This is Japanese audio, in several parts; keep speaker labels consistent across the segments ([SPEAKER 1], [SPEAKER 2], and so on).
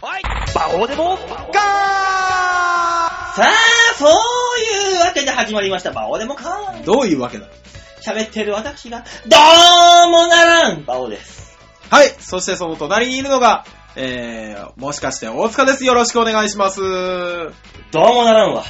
[SPEAKER 1] そうでもガー
[SPEAKER 2] さあ、そういうわけで始まりました。バオでもかー
[SPEAKER 1] どういうわけだ
[SPEAKER 2] 喋ってる私が、どうもならんバオです。
[SPEAKER 1] はい、そしてその隣にいるのが、えー、もしかして大塚です。よろしくお願いします。
[SPEAKER 2] どうもならんわ。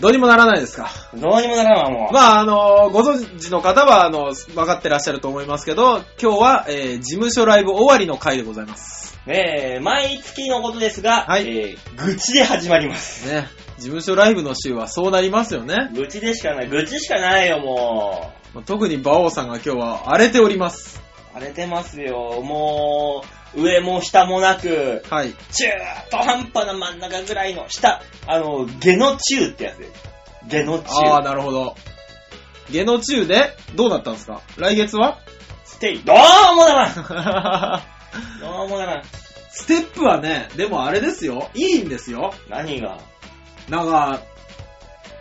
[SPEAKER 1] どうにもならないですか
[SPEAKER 2] どうにもならんわ、もう。
[SPEAKER 1] まあ、あのご存知の方は、あの分かってらっしゃると思いますけど、今日は、えー、事務所ライブ終わりの回でございます。
[SPEAKER 2] ねえ、毎月のことですが、
[SPEAKER 1] はい
[SPEAKER 2] えー、愚痴で始まります。
[SPEAKER 1] ね。事務所ライブの週はそうなりますよね。
[SPEAKER 2] 愚痴でしかない。愚痴しかないよ、もう。
[SPEAKER 1] まあ特に馬王さんが今日は荒れております。
[SPEAKER 2] 荒れてますよ。もう、上も下もなく、
[SPEAKER 1] はい。
[SPEAKER 2] 中途半端な真ん中ぐらいの下、あの、下の中ってやつです。下の
[SPEAKER 1] ああ、
[SPEAKER 2] 中。
[SPEAKER 1] なるほど。下の中で、どうなったんですか来月 は
[SPEAKER 2] ステイ。どうもならんどうもならん。
[SPEAKER 1] ステップはね、でもあれですよ。いいんですよ。
[SPEAKER 2] 何が
[SPEAKER 1] なんか、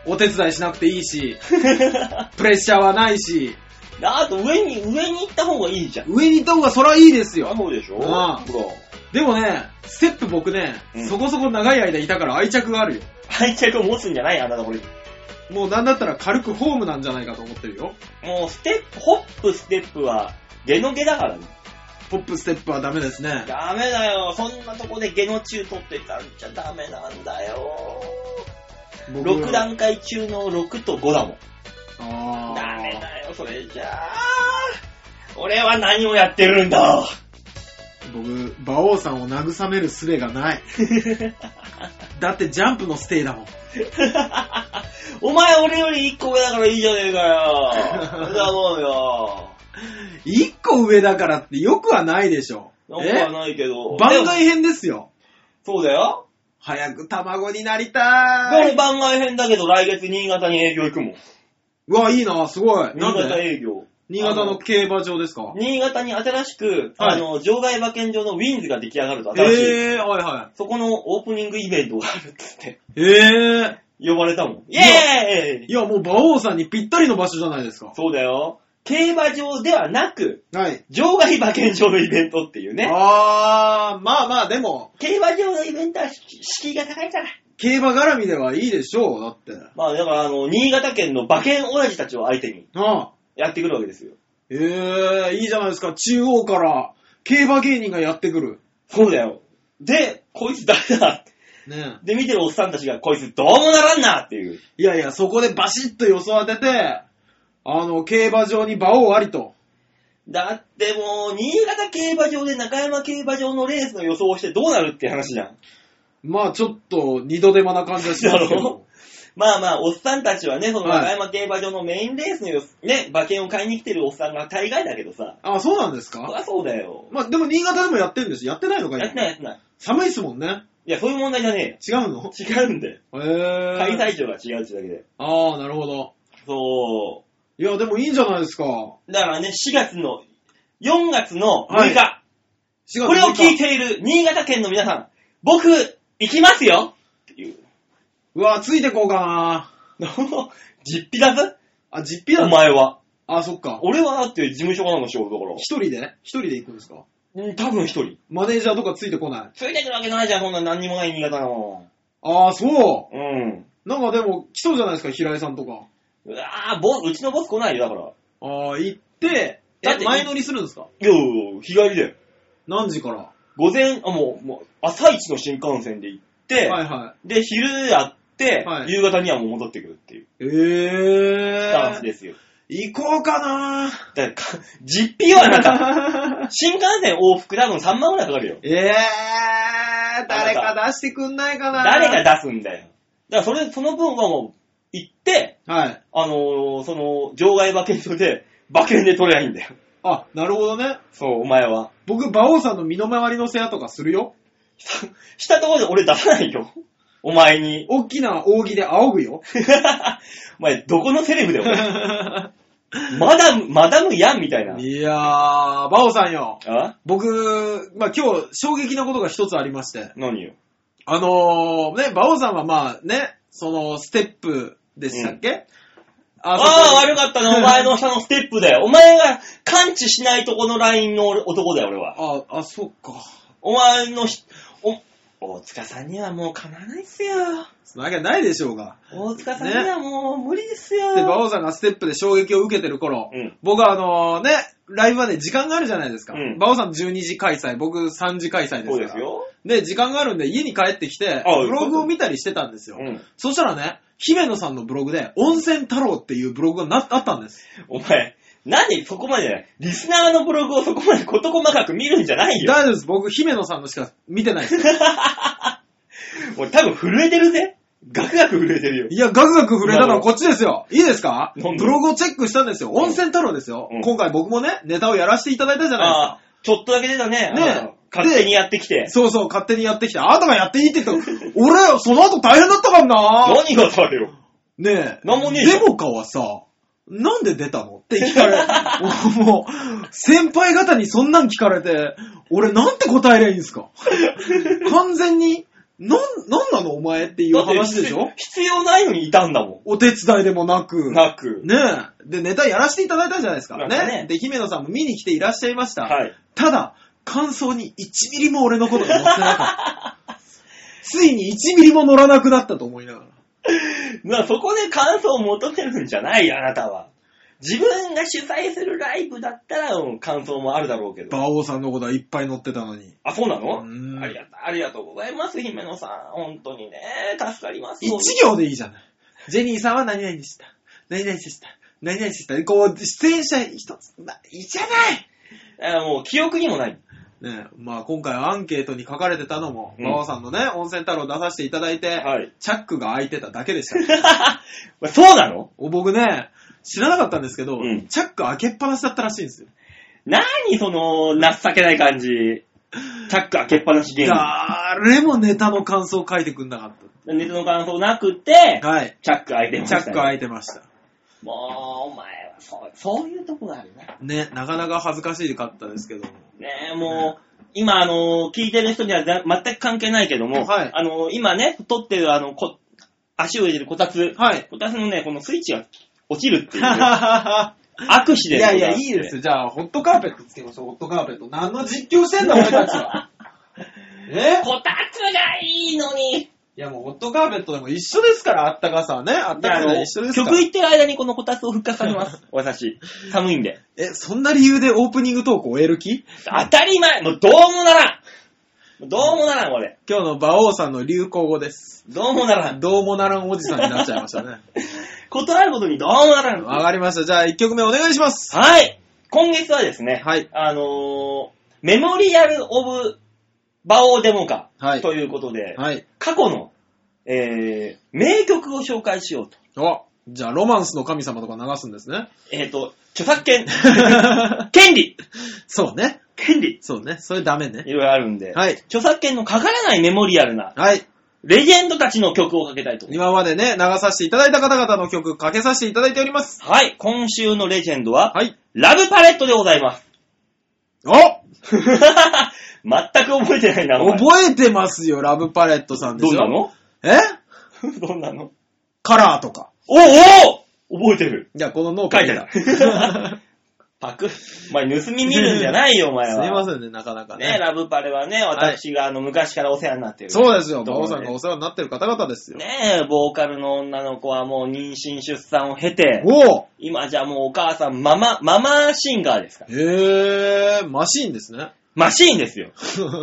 [SPEAKER 1] お手伝いしなくてい いし、プレッシャーはないし、
[SPEAKER 2] あと上に、上に行った方がいいじゃん。
[SPEAKER 1] 上に行った方がそらいいですよ。
[SPEAKER 2] そうでしょ
[SPEAKER 1] ああ
[SPEAKER 2] ほら
[SPEAKER 1] でもね、ステップ僕ね、
[SPEAKER 2] うん
[SPEAKER 1] そこそこ長い間いたから愛着があるよ。
[SPEAKER 2] 愛着を持つんじゃないあなたこれ。
[SPEAKER 1] もうなんだったら軽くホームなんじゃないかと思ってるよ。
[SPEAKER 2] もうステップ、ホップステップは、下の下だからね。
[SPEAKER 1] ポップステップはダメですね。
[SPEAKER 2] ダメだよ。そんなとこで下の中取ってたんじゃダメなんだよ。
[SPEAKER 1] 僕
[SPEAKER 2] 6段階中の6と5だもん。
[SPEAKER 1] あー
[SPEAKER 2] ダメだよ、それじゃあ。俺は何をやってるん だ。
[SPEAKER 1] 僕、馬王さんを慰める術がない。だってジャンプのステイだもん。
[SPEAKER 2] お前俺より1個上だからいいじゃねえかよ。それだろうよ。
[SPEAKER 1] 一個上だからってよくはないでしょ。
[SPEAKER 2] なん
[SPEAKER 1] え
[SPEAKER 2] かないけど。
[SPEAKER 1] 番
[SPEAKER 2] でも
[SPEAKER 1] 外編ですよ。
[SPEAKER 2] そうだよ。
[SPEAKER 1] 早く卵になり
[SPEAKER 2] で
[SPEAKER 1] た
[SPEAKER 2] 俺
[SPEAKER 1] い。
[SPEAKER 2] 番外編だけど来月新潟に営業行くもん。
[SPEAKER 1] うわ、いいな、すごい。
[SPEAKER 2] 新
[SPEAKER 1] なん
[SPEAKER 2] 潟
[SPEAKER 1] で
[SPEAKER 2] 営業。
[SPEAKER 1] 新潟の競馬場ですか
[SPEAKER 2] 新潟に新しく、
[SPEAKER 1] は
[SPEAKER 2] あ
[SPEAKER 1] い
[SPEAKER 2] の、場外馬券場のウィンズが出来上がると、新しい。
[SPEAKER 1] えー、はいは
[SPEAKER 2] そこのオープニングイベントがあるっつって、
[SPEAKER 1] い。えー。
[SPEAKER 2] 呼ばれたもん。イ
[SPEAKER 1] や
[SPEAKER 2] エー
[SPEAKER 1] い
[SPEAKER 2] イ
[SPEAKER 1] や、もう馬王さんにぴったりの場所じゃないですか。
[SPEAKER 2] そうだよ。競馬場ではなく、
[SPEAKER 1] はい。
[SPEAKER 2] 場外馬券場のイベントっていうね。
[SPEAKER 1] あー、まあまあ、でも、
[SPEAKER 2] 競馬場のイベントは敷居が高いから。
[SPEAKER 1] 競馬絡みではいいでしょう、だって。
[SPEAKER 2] まあだからあの、新潟県の馬券親父たちを相手に
[SPEAKER 1] ああ。
[SPEAKER 2] やってくるわけですよ。
[SPEAKER 1] えー、いいじゃないですか。中央から、競馬芸人がやってくる。
[SPEAKER 2] そうだよ。で、こいつ誰だ
[SPEAKER 1] ね
[SPEAKER 2] で、見てるおっさんたちが、こいつどうもならんなっていう。
[SPEAKER 1] いやいや、そこでバシッと予想当てて、あの、競馬場に馬王ありと。
[SPEAKER 2] だってもう、新潟競馬場で中山競馬場のレースの予想をしてどうなるって話じゃん。
[SPEAKER 1] まあ、ちょっと、二度手間な感じがします
[SPEAKER 2] だ
[SPEAKER 1] け
[SPEAKER 2] ろ
[SPEAKER 1] ど。
[SPEAKER 2] まあまあ、おっさんたちはね、その
[SPEAKER 1] はい
[SPEAKER 2] 中山競馬場のメインレースの予想ね、馬券を買いに来てるおっさんが大概だけどさ。
[SPEAKER 1] あ、そうなんです
[SPEAKER 2] そり
[SPEAKER 1] か
[SPEAKER 2] ゃそうだよ。
[SPEAKER 1] まあ、でも新潟でもやってるんですやってないのか
[SPEAKER 2] やってないやってない。
[SPEAKER 1] 寒いですもんね。
[SPEAKER 2] いや、そういう問題じゃね
[SPEAKER 1] 違うの
[SPEAKER 2] えよ。違うんだよ。
[SPEAKER 1] へえ
[SPEAKER 2] 開催地が違うってだけで。
[SPEAKER 1] ああ、なるほど。
[SPEAKER 2] そ
[SPEAKER 1] いや、でもいいんじゃないですか。4
[SPEAKER 2] う。だからね、4月の、4月の6日、
[SPEAKER 1] 月
[SPEAKER 2] これを聞い
[SPEAKER 1] て。
[SPEAKER 2] ている新潟県の皆さん、僕、行きますよっていう。
[SPEAKER 1] うわ、ついてこうかな。
[SPEAKER 2] 実費だぜ
[SPEAKER 1] あ、実費
[SPEAKER 2] お
[SPEAKER 1] だな。
[SPEAKER 2] 前は。
[SPEAKER 1] あ、そっか。
[SPEAKER 2] 俺はだって事務所からの仕事だから。
[SPEAKER 1] 一人で一人で行くんですか
[SPEAKER 2] うん多分一人。
[SPEAKER 1] マネージャーとかついてこない。
[SPEAKER 2] ついてくるわけないじゃん、そんな何にもない新潟の。
[SPEAKER 1] ああ、そ
[SPEAKER 2] うん。
[SPEAKER 1] う。なんかでも、来そうじゃないですか、平井さんとか。
[SPEAKER 2] うわぁ、ボス、うちのボス来ないよ、だから。
[SPEAKER 1] ああ、行って、
[SPEAKER 2] だ
[SPEAKER 1] え
[SPEAKER 2] って
[SPEAKER 1] 前乗りするんですか
[SPEAKER 2] いやいや、日帰りだよ。
[SPEAKER 1] 何時から
[SPEAKER 2] 午前、あ、もう、もう、朝一の新幹線で行って、
[SPEAKER 1] はいは
[SPEAKER 2] で、昼やって、
[SPEAKER 1] はい
[SPEAKER 2] 夕方にはもう戻ってくるっていう
[SPEAKER 1] い。え
[SPEAKER 2] スタンス
[SPEAKER 1] えー。
[SPEAKER 2] ですよ。
[SPEAKER 1] 行こうかな
[SPEAKER 2] だから、か実費はなんか、 新幹線往復多分3万ぐらいかかるよ。
[SPEAKER 1] ええー、誰か出してくんないかな
[SPEAKER 2] 誰が出すんだよ。だから、それ、その分はもう、行って、
[SPEAKER 1] はい。
[SPEAKER 2] あのーその、場外馬券場で、馬券で取れないんだよ。
[SPEAKER 1] あ、なるほどね。
[SPEAKER 2] そう、お前は。
[SPEAKER 1] 僕、馬王さんの身の回りの世話とかするよ。
[SPEAKER 2] した、したところで俺出さないよ。お前に。
[SPEAKER 1] 大きな扇で仰ぐよ。
[SPEAKER 2] お前、どこのセレブだよ、俺マダム、マダムやんみたいな。
[SPEAKER 1] いやー、馬王さんよ。
[SPEAKER 2] あ
[SPEAKER 1] 僕、まあ、今日、衝撃なことが一つありまして。
[SPEAKER 2] 何よ。
[SPEAKER 1] あのー、ね、馬王さんはまあね、その、ステップでしたっけ、あ
[SPEAKER 2] あ
[SPEAKER 1] そこに
[SPEAKER 2] あー、悪かったな、お前の下のステップだよ。お前が感知しないとこのラインの俺男だよ、俺は。
[SPEAKER 1] あ、あ、そっか。
[SPEAKER 2] お前のひ、お、大塚さんにはもうかなわないっすよ。
[SPEAKER 1] そんなわけないでしょうが。
[SPEAKER 2] 大塚さんにはもう無理ですよ。
[SPEAKER 1] で、馬王さんがステップで衝撃を受けてる頃、
[SPEAKER 2] うん
[SPEAKER 1] 僕はあのね、ライブはね、時間があるじゃないですか。
[SPEAKER 2] うん
[SPEAKER 1] 馬王さん12時開催、僕3時開催ですから。
[SPEAKER 2] そうですよ。
[SPEAKER 1] で、時間があるんで家に帰ってきて、
[SPEAKER 2] あ
[SPEAKER 1] ブログを見たりしてたんですよ。
[SPEAKER 2] うん。
[SPEAKER 1] そしたらね、姫野さんのブログで、温泉太郎っていうブログがなあったんです。
[SPEAKER 2] お前、なんでそこまで、リスナーのブログをそこまで事細かく見るんじゃないよ。
[SPEAKER 1] 大丈夫です。僕、姫野さんのしか見てない です。
[SPEAKER 2] 俺多分震えてるぜ。ガクガク震えてるよ。
[SPEAKER 1] いや、ガクガク触れたのはこっちですよ。いいですか
[SPEAKER 2] なんで
[SPEAKER 1] ブログをチェックしたんですよ。温泉太郎ですよ。
[SPEAKER 2] うん
[SPEAKER 1] 今回僕もね、ネタをやらせていただいたじゃない
[SPEAKER 2] ああ、ちょっとだけ出たね。
[SPEAKER 1] ねえ
[SPEAKER 2] あの勝手にやってきて
[SPEAKER 1] で。 すか。そうそう、勝手にやってきて、あなたがやっていいって言った ら、俺、その後大変だったからな
[SPEAKER 2] 何がだよ。
[SPEAKER 1] ねえ。
[SPEAKER 2] なんもねえじゃ
[SPEAKER 1] デ
[SPEAKER 2] ん
[SPEAKER 1] モカはさ、なんで出たのって聞かれ、 もう、先輩方にそんなん聞かれて、俺なんて答えりゃいいんです か完全に、なん、なんなのお前っていう話でし
[SPEAKER 2] だっ
[SPEAKER 1] ょ
[SPEAKER 2] て必要ないのにいたんだも
[SPEAKER 1] お手伝いでもなく。
[SPEAKER 2] ん。なく。
[SPEAKER 1] ねえ。で、ネタやらせていただいたじゃないですか。
[SPEAKER 2] なん
[SPEAKER 1] ね
[SPEAKER 2] かね
[SPEAKER 1] で、姫野さんも見に来ていらっしゃいました。
[SPEAKER 2] はい。
[SPEAKER 1] ただ、感想に1ミリも俺のことが載ってなかった。 ついに1ミリも乗らなくなったと思いながら。
[SPEAKER 2] なそこで感想を求めるんじゃないよ、あなたは。自分が主催するライブだったら、うん感想もあるだろうけど。
[SPEAKER 1] 馬王さんのことはいっぱい載ってたのに。
[SPEAKER 2] あ、そうなの
[SPEAKER 1] うん
[SPEAKER 2] ありがとう、ありがとうございます、姫野さん。本当にね、助かります。
[SPEAKER 1] 1行でいいじゃない。ジェニーさんは何々でした。何々でした。何々でした。こう、出演者一つ、まあ、いいじゃない
[SPEAKER 2] あもう記憶にもない。
[SPEAKER 1] ねえ、まあ今回アンケートに書かれてたのも、
[SPEAKER 2] うん
[SPEAKER 1] 馬王さんのね、温泉太郎出させていただいて、
[SPEAKER 2] はい。
[SPEAKER 1] チャックが開いてただけでした。
[SPEAKER 2] そうなの
[SPEAKER 1] お僕ね、知らなかったんですけど、
[SPEAKER 2] うん
[SPEAKER 1] チャック開けっぱなしだったらしいんですよ。
[SPEAKER 2] 何その、情けない感じ。チャック開けっぱなしゲーム。
[SPEAKER 1] 誰もネタの感想書いてくんなかっ
[SPEAKER 2] ネタの感想なくて
[SPEAKER 1] た。、はい。
[SPEAKER 2] チャック開いてまし
[SPEAKER 1] チ
[SPEAKER 2] た
[SPEAKER 1] ャ
[SPEAKER 2] ね、
[SPEAKER 1] ック開いてました。
[SPEAKER 2] もう、お前はそう、そういうとこがあるな。
[SPEAKER 1] ね、なかなか恥ずかしかったですけども。
[SPEAKER 2] ねえ、もう、今、あの、聞いてる人には全全く関係ないけども、
[SPEAKER 1] はい
[SPEAKER 2] あの、今ね、撮ってる、あの、こ足を入れるこたつ、
[SPEAKER 1] はい。
[SPEAKER 2] こたつのね、このスイッチが落ちるって いう、ア
[SPEAKER 1] い
[SPEAKER 2] クシデントがあっ
[SPEAKER 1] や
[SPEAKER 2] て。
[SPEAKER 1] いや、いいですよ。じゃあ、ホットカーペットつけましょう、ホットカーペット。何の実況してんだ、俺た ちは。え
[SPEAKER 2] こたつがいいのに。
[SPEAKER 1] いや、もうホットカーペットでも一緒ですから、あったかさはね。あった
[SPEAKER 2] じゃあ
[SPEAKER 1] か
[SPEAKER 2] あ
[SPEAKER 1] さは
[SPEAKER 2] の
[SPEAKER 1] 一緒ですから
[SPEAKER 2] 曲。言ってる間にこのこたつを復活させ ます。私。寒いんで。
[SPEAKER 1] え、そんな理由でオープニングトーク終える気
[SPEAKER 2] 当たり前もうどうもならんどうもならん、俺。
[SPEAKER 1] 今日の馬王さんの流行語です。
[SPEAKER 2] どうもならん。
[SPEAKER 1] どうもならんおじさんになっちゃいましたね。
[SPEAKER 2] 断ることにどうもならん。
[SPEAKER 1] わかりました。じゃあ、1曲目お願いします。
[SPEAKER 2] はい。今月はですね、
[SPEAKER 1] はい。
[SPEAKER 2] あのー、メモリアル・オブ・バオーデモカ
[SPEAKER 1] はい
[SPEAKER 2] ということで、
[SPEAKER 1] はい。
[SPEAKER 2] 過去の、えー、名曲を紹介しようと。
[SPEAKER 1] お、じゃあ、ロマンスの神様とか流すんですね。
[SPEAKER 2] えっ、と、著作権、 権利、
[SPEAKER 1] そうね。
[SPEAKER 2] 権利、
[SPEAKER 1] そうね。それダメね。
[SPEAKER 2] いろいろあるんで、
[SPEAKER 1] はい。
[SPEAKER 2] 著作権のかからないメモリアルな、
[SPEAKER 1] はい。
[SPEAKER 2] レジェンドたちの曲をかけたいと思いま
[SPEAKER 1] 今までね、流させていただいた方々の曲、かけさせていただいております。
[SPEAKER 2] す。はい、今週のレジェンドは、
[SPEAKER 1] はい。
[SPEAKER 2] ラブパレットでございます。
[SPEAKER 1] お
[SPEAKER 2] 全く覚えてないな、お前
[SPEAKER 1] 覚えてますよ、ラブパレットさんで
[SPEAKER 2] ど
[SPEAKER 1] し
[SPEAKER 2] んな
[SPEAKER 1] ょ。
[SPEAKER 2] の
[SPEAKER 1] え
[SPEAKER 2] どんなの
[SPEAKER 1] カラーとか。
[SPEAKER 2] おお覚えてる。
[SPEAKER 1] じゃあ、このノート
[SPEAKER 2] 書いてある。 パク、お前盗み見るんじゃないよ、お前
[SPEAKER 1] すい
[SPEAKER 2] は。
[SPEAKER 1] ませんね、なかなか
[SPEAKER 2] ね、
[SPEAKER 1] ね。
[SPEAKER 2] ラブパレはね、私があの昔からお世話になってる。
[SPEAKER 1] そうですよ、
[SPEAKER 2] ところ
[SPEAKER 1] 馬王さんがお世話になってる方々ですよ。
[SPEAKER 2] ねボーカルの女の子はもう妊娠出産を経て、
[SPEAKER 1] お
[SPEAKER 2] 今じゃもうお母さん、ママ、ママシンガーですから。
[SPEAKER 1] へえー、マシーンですね。
[SPEAKER 2] マシーンです よ。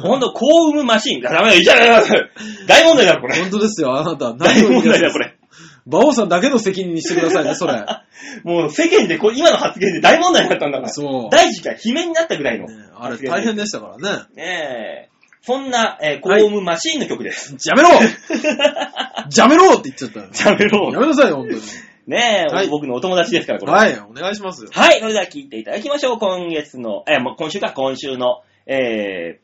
[SPEAKER 2] ほんと、こう産むマシーン。あダメだ、いやいやいや大問題だろ、これ。
[SPEAKER 1] 本当ですよ、あなた。
[SPEAKER 2] 大問題
[SPEAKER 1] だ
[SPEAKER 2] だ、これ。
[SPEAKER 1] 馬王さんだけの責任にしてくださいね、それ。
[SPEAKER 2] もう世間でこう今の発言で大問題になったんだから。
[SPEAKER 1] そう。
[SPEAKER 2] 大事が悲鳴になったぐらいの。
[SPEAKER 1] ねあれ大変でし たからね。
[SPEAKER 2] ねえ。そんな、えー、コームマシーンの曲です。
[SPEAKER 1] やめろやめろって言っちゃった
[SPEAKER 2] や
[SPEAKER 1] よ。
[SPEAKER 2] めろ
[SPEAKER 1] やめなさいよ、本当に。
[SPEAKER 2] ねえ、
[SPEAKER 1] はい
[SPEAKER 2] 僕のお友達ですから、これ。
[SPEAKER 1] はい、お願いしますよ。
[SPEAKER 2] はい、それでは聞いていただきましょう。今月の、えー、もう今週か、今週の、え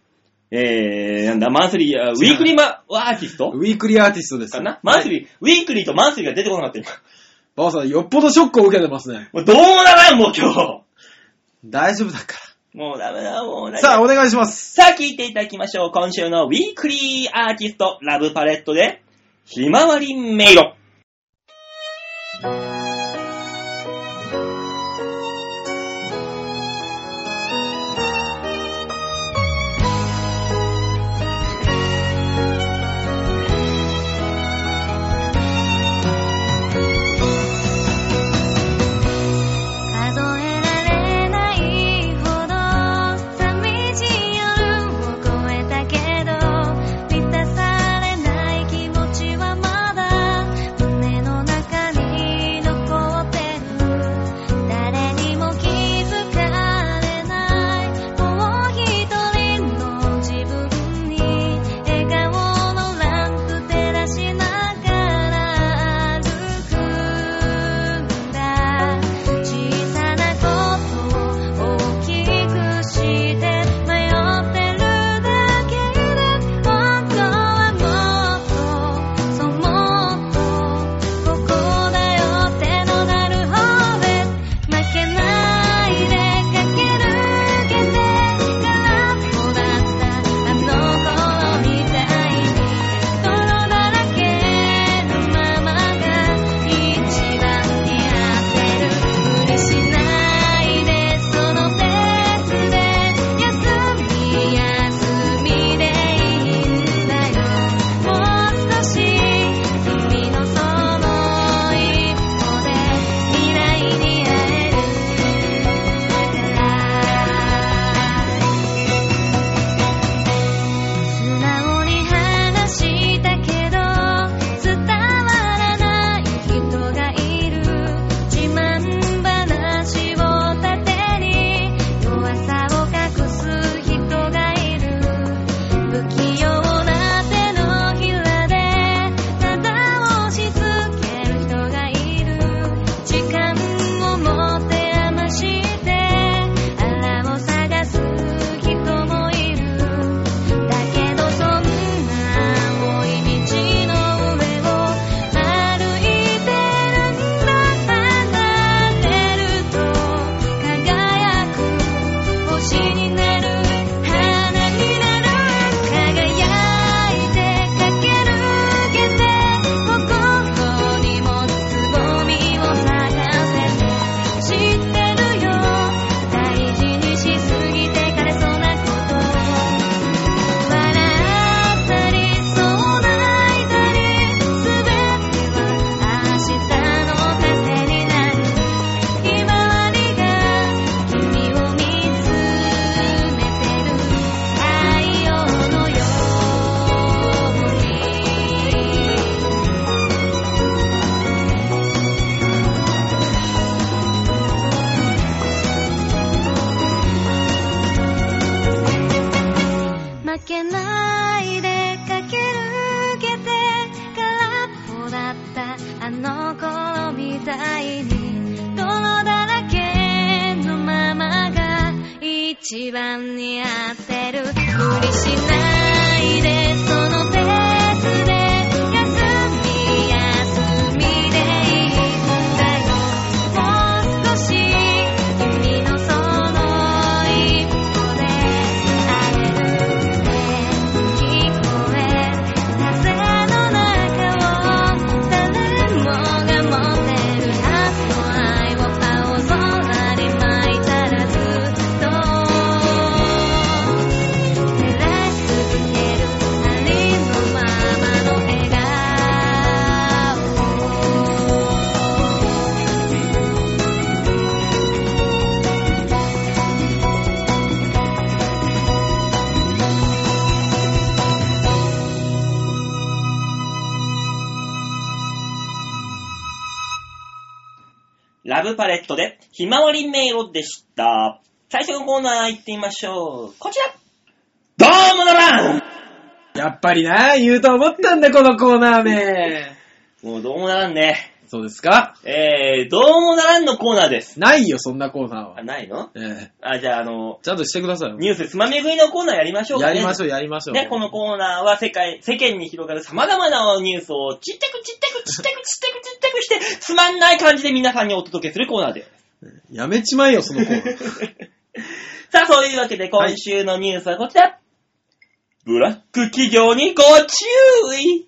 [SPEAKER 2] ー、えー、なんだ、マンスリー、あウィークリーマアーティスト
[SPEAKER 1] ウィークリーアーティストです。
[SPEAKER 2] かなマンスリー、ウィークリーとマンスリーが出てこなかった今。
[SPEAKER 1] バオさん、よっぽどショックを受けてますね。
[SPEAKER 2] もうどうもならん、もう今日。
[SPEAKER 1] 大丈夫だか
[SPEAKER 2] もうダメだ、もう
[SPEAKER 1] ら。
[SPEAKER 2] 何
[SPEAKER 1] さあ、
[SPEAKER 2] あ、
[SPEAKER 1] お願いします。
[SPEAKER 2] さあ聞いていただきましょう。今週のウィークリーアーティスト、ラブパレットで、ひまわり迷路。
[SPEAKER 3] 「一番似合ってる無理しないでそのペースで休み休みでいいんだよもう少し君のその一歩で会えるって聞こえ風の中を誰もが持ってるはずの愛を青空に舞いたらずっと照らし続けるありのままの笑顔
[SPEAKER 2] ラブパレットで、ひまわり迷路でした。最初のコーナー行ってみましょう。こちらどうもならん
[SPEAKER 1] やっぱりな、言うと思ったんだ、このコーナー名。
[SPEAKER 2] もうどうもならんね。
[SPEAKER 1] そうですか
[SPEAKER 2] えー、どうもならんのコーナーです。
[SPEAKER 1] ないよ、そんなコーナーは
[SPEAKER 2] あ、。ないの
[SPEAKER 1] ええ
[SPEAKER 2] あ、じゃあ、あの、
[SPEAKER 1] ちゃんとしてくださいよ。
[SPEAKER 2] ニュースつまみ食いのコーナーやりましょうか
[SPEAKER 1] や
[SPEAKER 2] ね。
[SPEAKER 1] りましょう、やりましょう。
[SPEAKER 2] ね、このコーナーは世界、世間に広がる様々なニュースをちってくちってくちってくちってくちってくして、つまんない感じで皆さんにお届けするコーナー で。
[SPEAKER 1] やめちまえよ、そのコー ナー。
[SPEAKER 2] さあ、そういうわけで今週のニュースはこちら。ブラック企業にご注意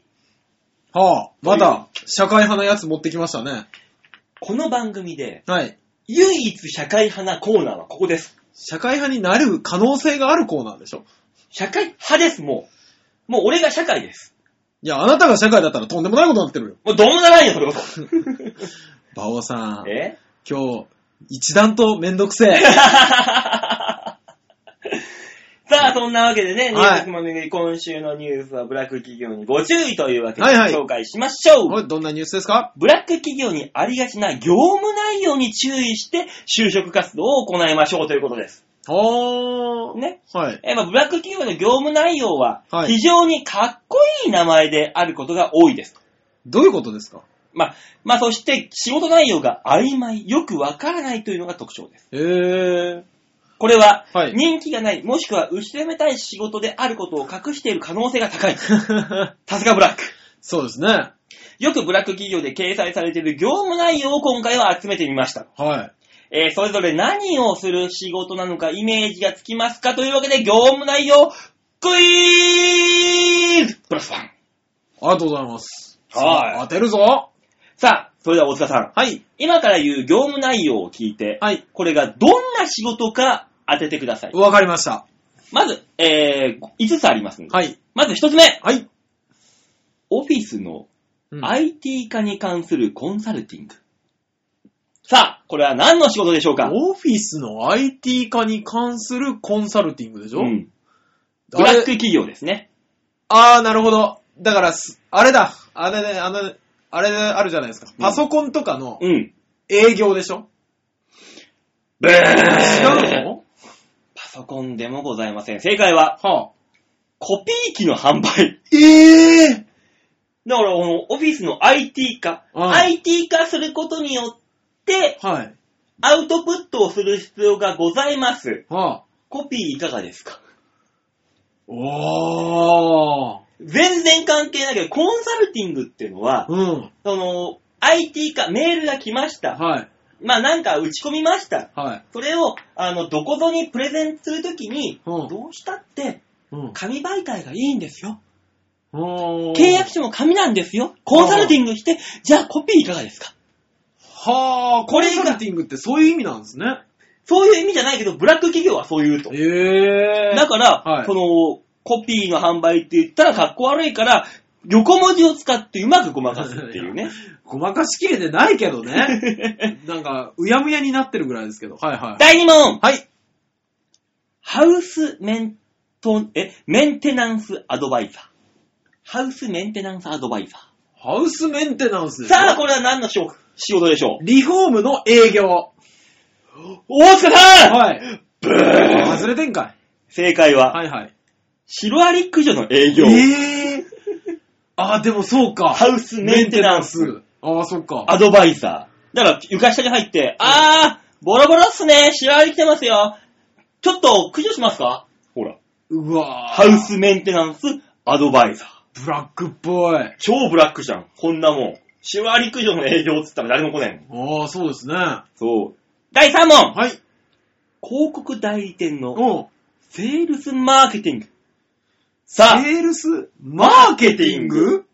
[SPEAKER 1] はあ、また、社会派なやつ持ってきましたね。
[SPEAKER 2] この番組で
[SPEAKER 1] はい。
[SPEAKER 2] 唯一社会派なコーナーはここです。
[SPEAKER 1] 社会派になる可能性があるコーナーでしょ。
[SPEAKER 2] 社会派です、もう。もう俺が社会です。
[SPEAKER 1] いや、あなたが社会だったらとんでもないことになってるよ。
[SPEAKER 2] もうどうもならんよ、それこ そ。
[SPEAKER 1] 馬王さん、
[SPEAKER 2] え
[SPEAKER 1] 今日、一段とめんどくせえ。
[SPEAKER 2] さあ、そんなわけでね、ニュ
[SPEAKER 1] はい
[SPEAKER 2] ースもね、今週のニュースはブラック企業にご注意というわけで
[SPEAKER 1] はいはい
[SPEAKER 2] 紹介しましょう。
[SPEAKER 1] おいどんなニュースですか
[SPEAKER 2] ブラック企業にありがちな業務内容に注意して就職活動を行いましょうということです。
[SPEAKER 1] おー。
[SPEAKER 2] ね。
[SPEAKER 1] はい。
[SPEAKER 2] えまあブラック企業の業務内容は
[SPEAKER 1] はい
[SPEAKER 2] 非常にかっこいい名前であることが多いです。
[SPEAKER 1] どういうことですか
[SPEAKER 2] まあ、まあ、そして仕事内容が曖昧、よくわからないというのが特徴です。
[SPEAKER 1] えー。
[SPEAKER 2] これは
[SPEAKER 1] は、い
[SPEAKER 2] 人気がない、もしくは後ろめたい仕事であることを隠している可能性が 高い。さすがブラック。
[SPEAKER 1] そうですね。
[SPEAKER 2] よくブラック企業で掲載されている業務内容を今回は集めてみました。
[SPEAKER 1] はい。
[SPEAKER 2] えーそれぞれ何をする仕事なのかイメージがつきますかというわけで、業務内容、クイーズプラスワン。
[SPEAKER 1] ありがとうございます。
[SPEAKER 2] はい
[SPEAKER 1] さあ当てるぞ。
[SPEAKER 2] さあ、それでは大塚さん。
[SPEAKER 1] はい。
[SPEAKER 2] 今から言う業務内容を聞いて、
[SPEAKER 1] はい。
[SPEAKER 2] これがどんな仕事か当ててください。
[SPEAKER 1] わかりました。
[SPEAKER 2] まず、えー、5つありますんで。
[SPEAKER 1] はい。
[SPEAKER 2] まず1つ目。
[SPEAKER 1] はい。
[SPEAKER 2] オフィスの
[SPEAKER 1] うん
[SPEAKER 2] IT 化に関するコンサルティング。さあ、これは何の仕事でしょうか
[SPEAKER 1] オフィスの IT 化に関するコンサルティングでしょ、
[SPEAKER 2] うんブ
[SPEAKER 1] あ
[SPEAKER 2] ラッ
[SPEAKER 1] れ
[SPEAKER 2] ク企業ですね。
[SPEAKER 1] あー、なるほど。だからす、あれだ。あれね、あの、あれあるじゃないですか。パソコンとかの
[SPEAKER 2] うん。
[SPEAKER 1] 営業でしょ、
[SPEAKER 2] ブー
[SPEAKER 1] 違うの
[SPEAKER 2] パソコンでもございません。正解は、
[SPEAKER 1] はあ、
[SPEAKER 2] コピー機の販売。
[SPEAKER 1] ええ
[SPEAKER 2] だから、このオフィスの IT 化。
[SPEAKER 1] うん
[SPEAKER 2] IT 化することによって、
[SPEAKER 1] はい。
[SPEAKER 2] アウトプットをする必要がございます。
[SPEAKER 1] はあ。
[SPEAKER 2] コピーいかがですか
[SPEAKER 1] おー。
[SPEAKER 2] 全然関係ないけど、コンサルティングっていうのは、
[SPEAKER 1] うん。
[SPEAKER 2] その、IT 化、メールが来ました。
[SPEAKER 1] はい。
[SPEAKER 2] まあなんか打ち込みました。
[SPEAKER 1] はい。
[SPEAKER 2] それを、あの、どこぞにプレゼンするときに、
[SPEAKER 1] うん
[SPEAKER 2] どうしたって
[SPEAKER 1] うん。
[SPEAKER 2] 紙媒体がいいんですよ。
[SPEAKER 1] おー
[SPEAKER 2] 契約書も紙なんですよ。コンサルティングして、じゃあコピーいかがですか
[SPEAKER 1] はあ、コ
[SPEAKER 2] こ
[SPEAKER 1] ン
[SPEAKER 2] れが
[SPEAKER 1] サルティングってそういう意味なんですね。
[SPEAKER 2] そういう意味じゃないけど、ブラック企業はそう言うと。
[SPEAKER 1] ええ
[SPEAKER 2] だから、
[SPEAKER 1] はい
[SPEAKER 2] この、コピーの販売って言ったらかっこ悪いから、横文字を使ってうまくごまかすっていう ね。
[SPEAKER 1] ごまかしきれてないけど ね。なんか、うやむやになってるぐらいですけど。はいはい。
[SPEAKER 2] 第2問
[SPEAKER 1] はい。
[SPEAKER 2] ハウスメント、え、メンテナンスアドバイザー。ハウスメンテナンスアドバイザー。
[SPEAKER 1] ハウスメンテナンスでしょ
[SPEAKER 2] さあ、これは何の仕事仕事でしょう
[SPEAKER 1] リフォームの営業。
[SPEAKER 2] 大塚さん、
[SPEAKER 1] はい。
[SPEAKER 2] ブー
[SPEAKER 1] 外れてんか
[SPEAKER 2] 正解
[SPEAKER 1] い。
[SPEAKER 2] は、
[SPEAKER 1] はいはい。
[SPEAKER 2] シロアリ駆除の営業、
[SPEAKER 1] ええあー、でもそうか。
[SPEAKER 2] ハウスメンテナンス、。
[SPEAKER 1] あー、そっか。
[SPEAKER 2] アドバイザー。だから、床下に入って、あー、ボロボロっすね、シロアリ来てますよ。ちょっと駆除しますかほら。
[SPEAKER 1] うわ
[SPEAKER 2] ハウスメンテナンスアドバイザー。
[SPEAKER 1] ブラックっぽい。
[SPEAKER 2] 超ブラックじゃん。こんなもん。シュワリ駆除の営業っつったら誰も来ないもん。
[SPEAKER 1] ああ、そうですね。は
[SPEAKER 2] そう。第3問
[SPEAKER 1] い。
[SPEAKER 2] 広告代理店の
[SPEAKER 1] おう
[SPEAKER 2] セールスマーケティング。さあ、
[SPEAKER 1] セールスマ
[SPEAKER 2] マ
[SPEAKER 1] ー
[SPEAKER 2] ーケテ
[SPEAKER 1] ケテ
[SPEAKER 2] ィ
[SPEAKER 1] ィ
[SPEAKER 2] ン
[SPEAKER 1] ン
[SPEAKER 2] グ
[SPEAKER 1] グ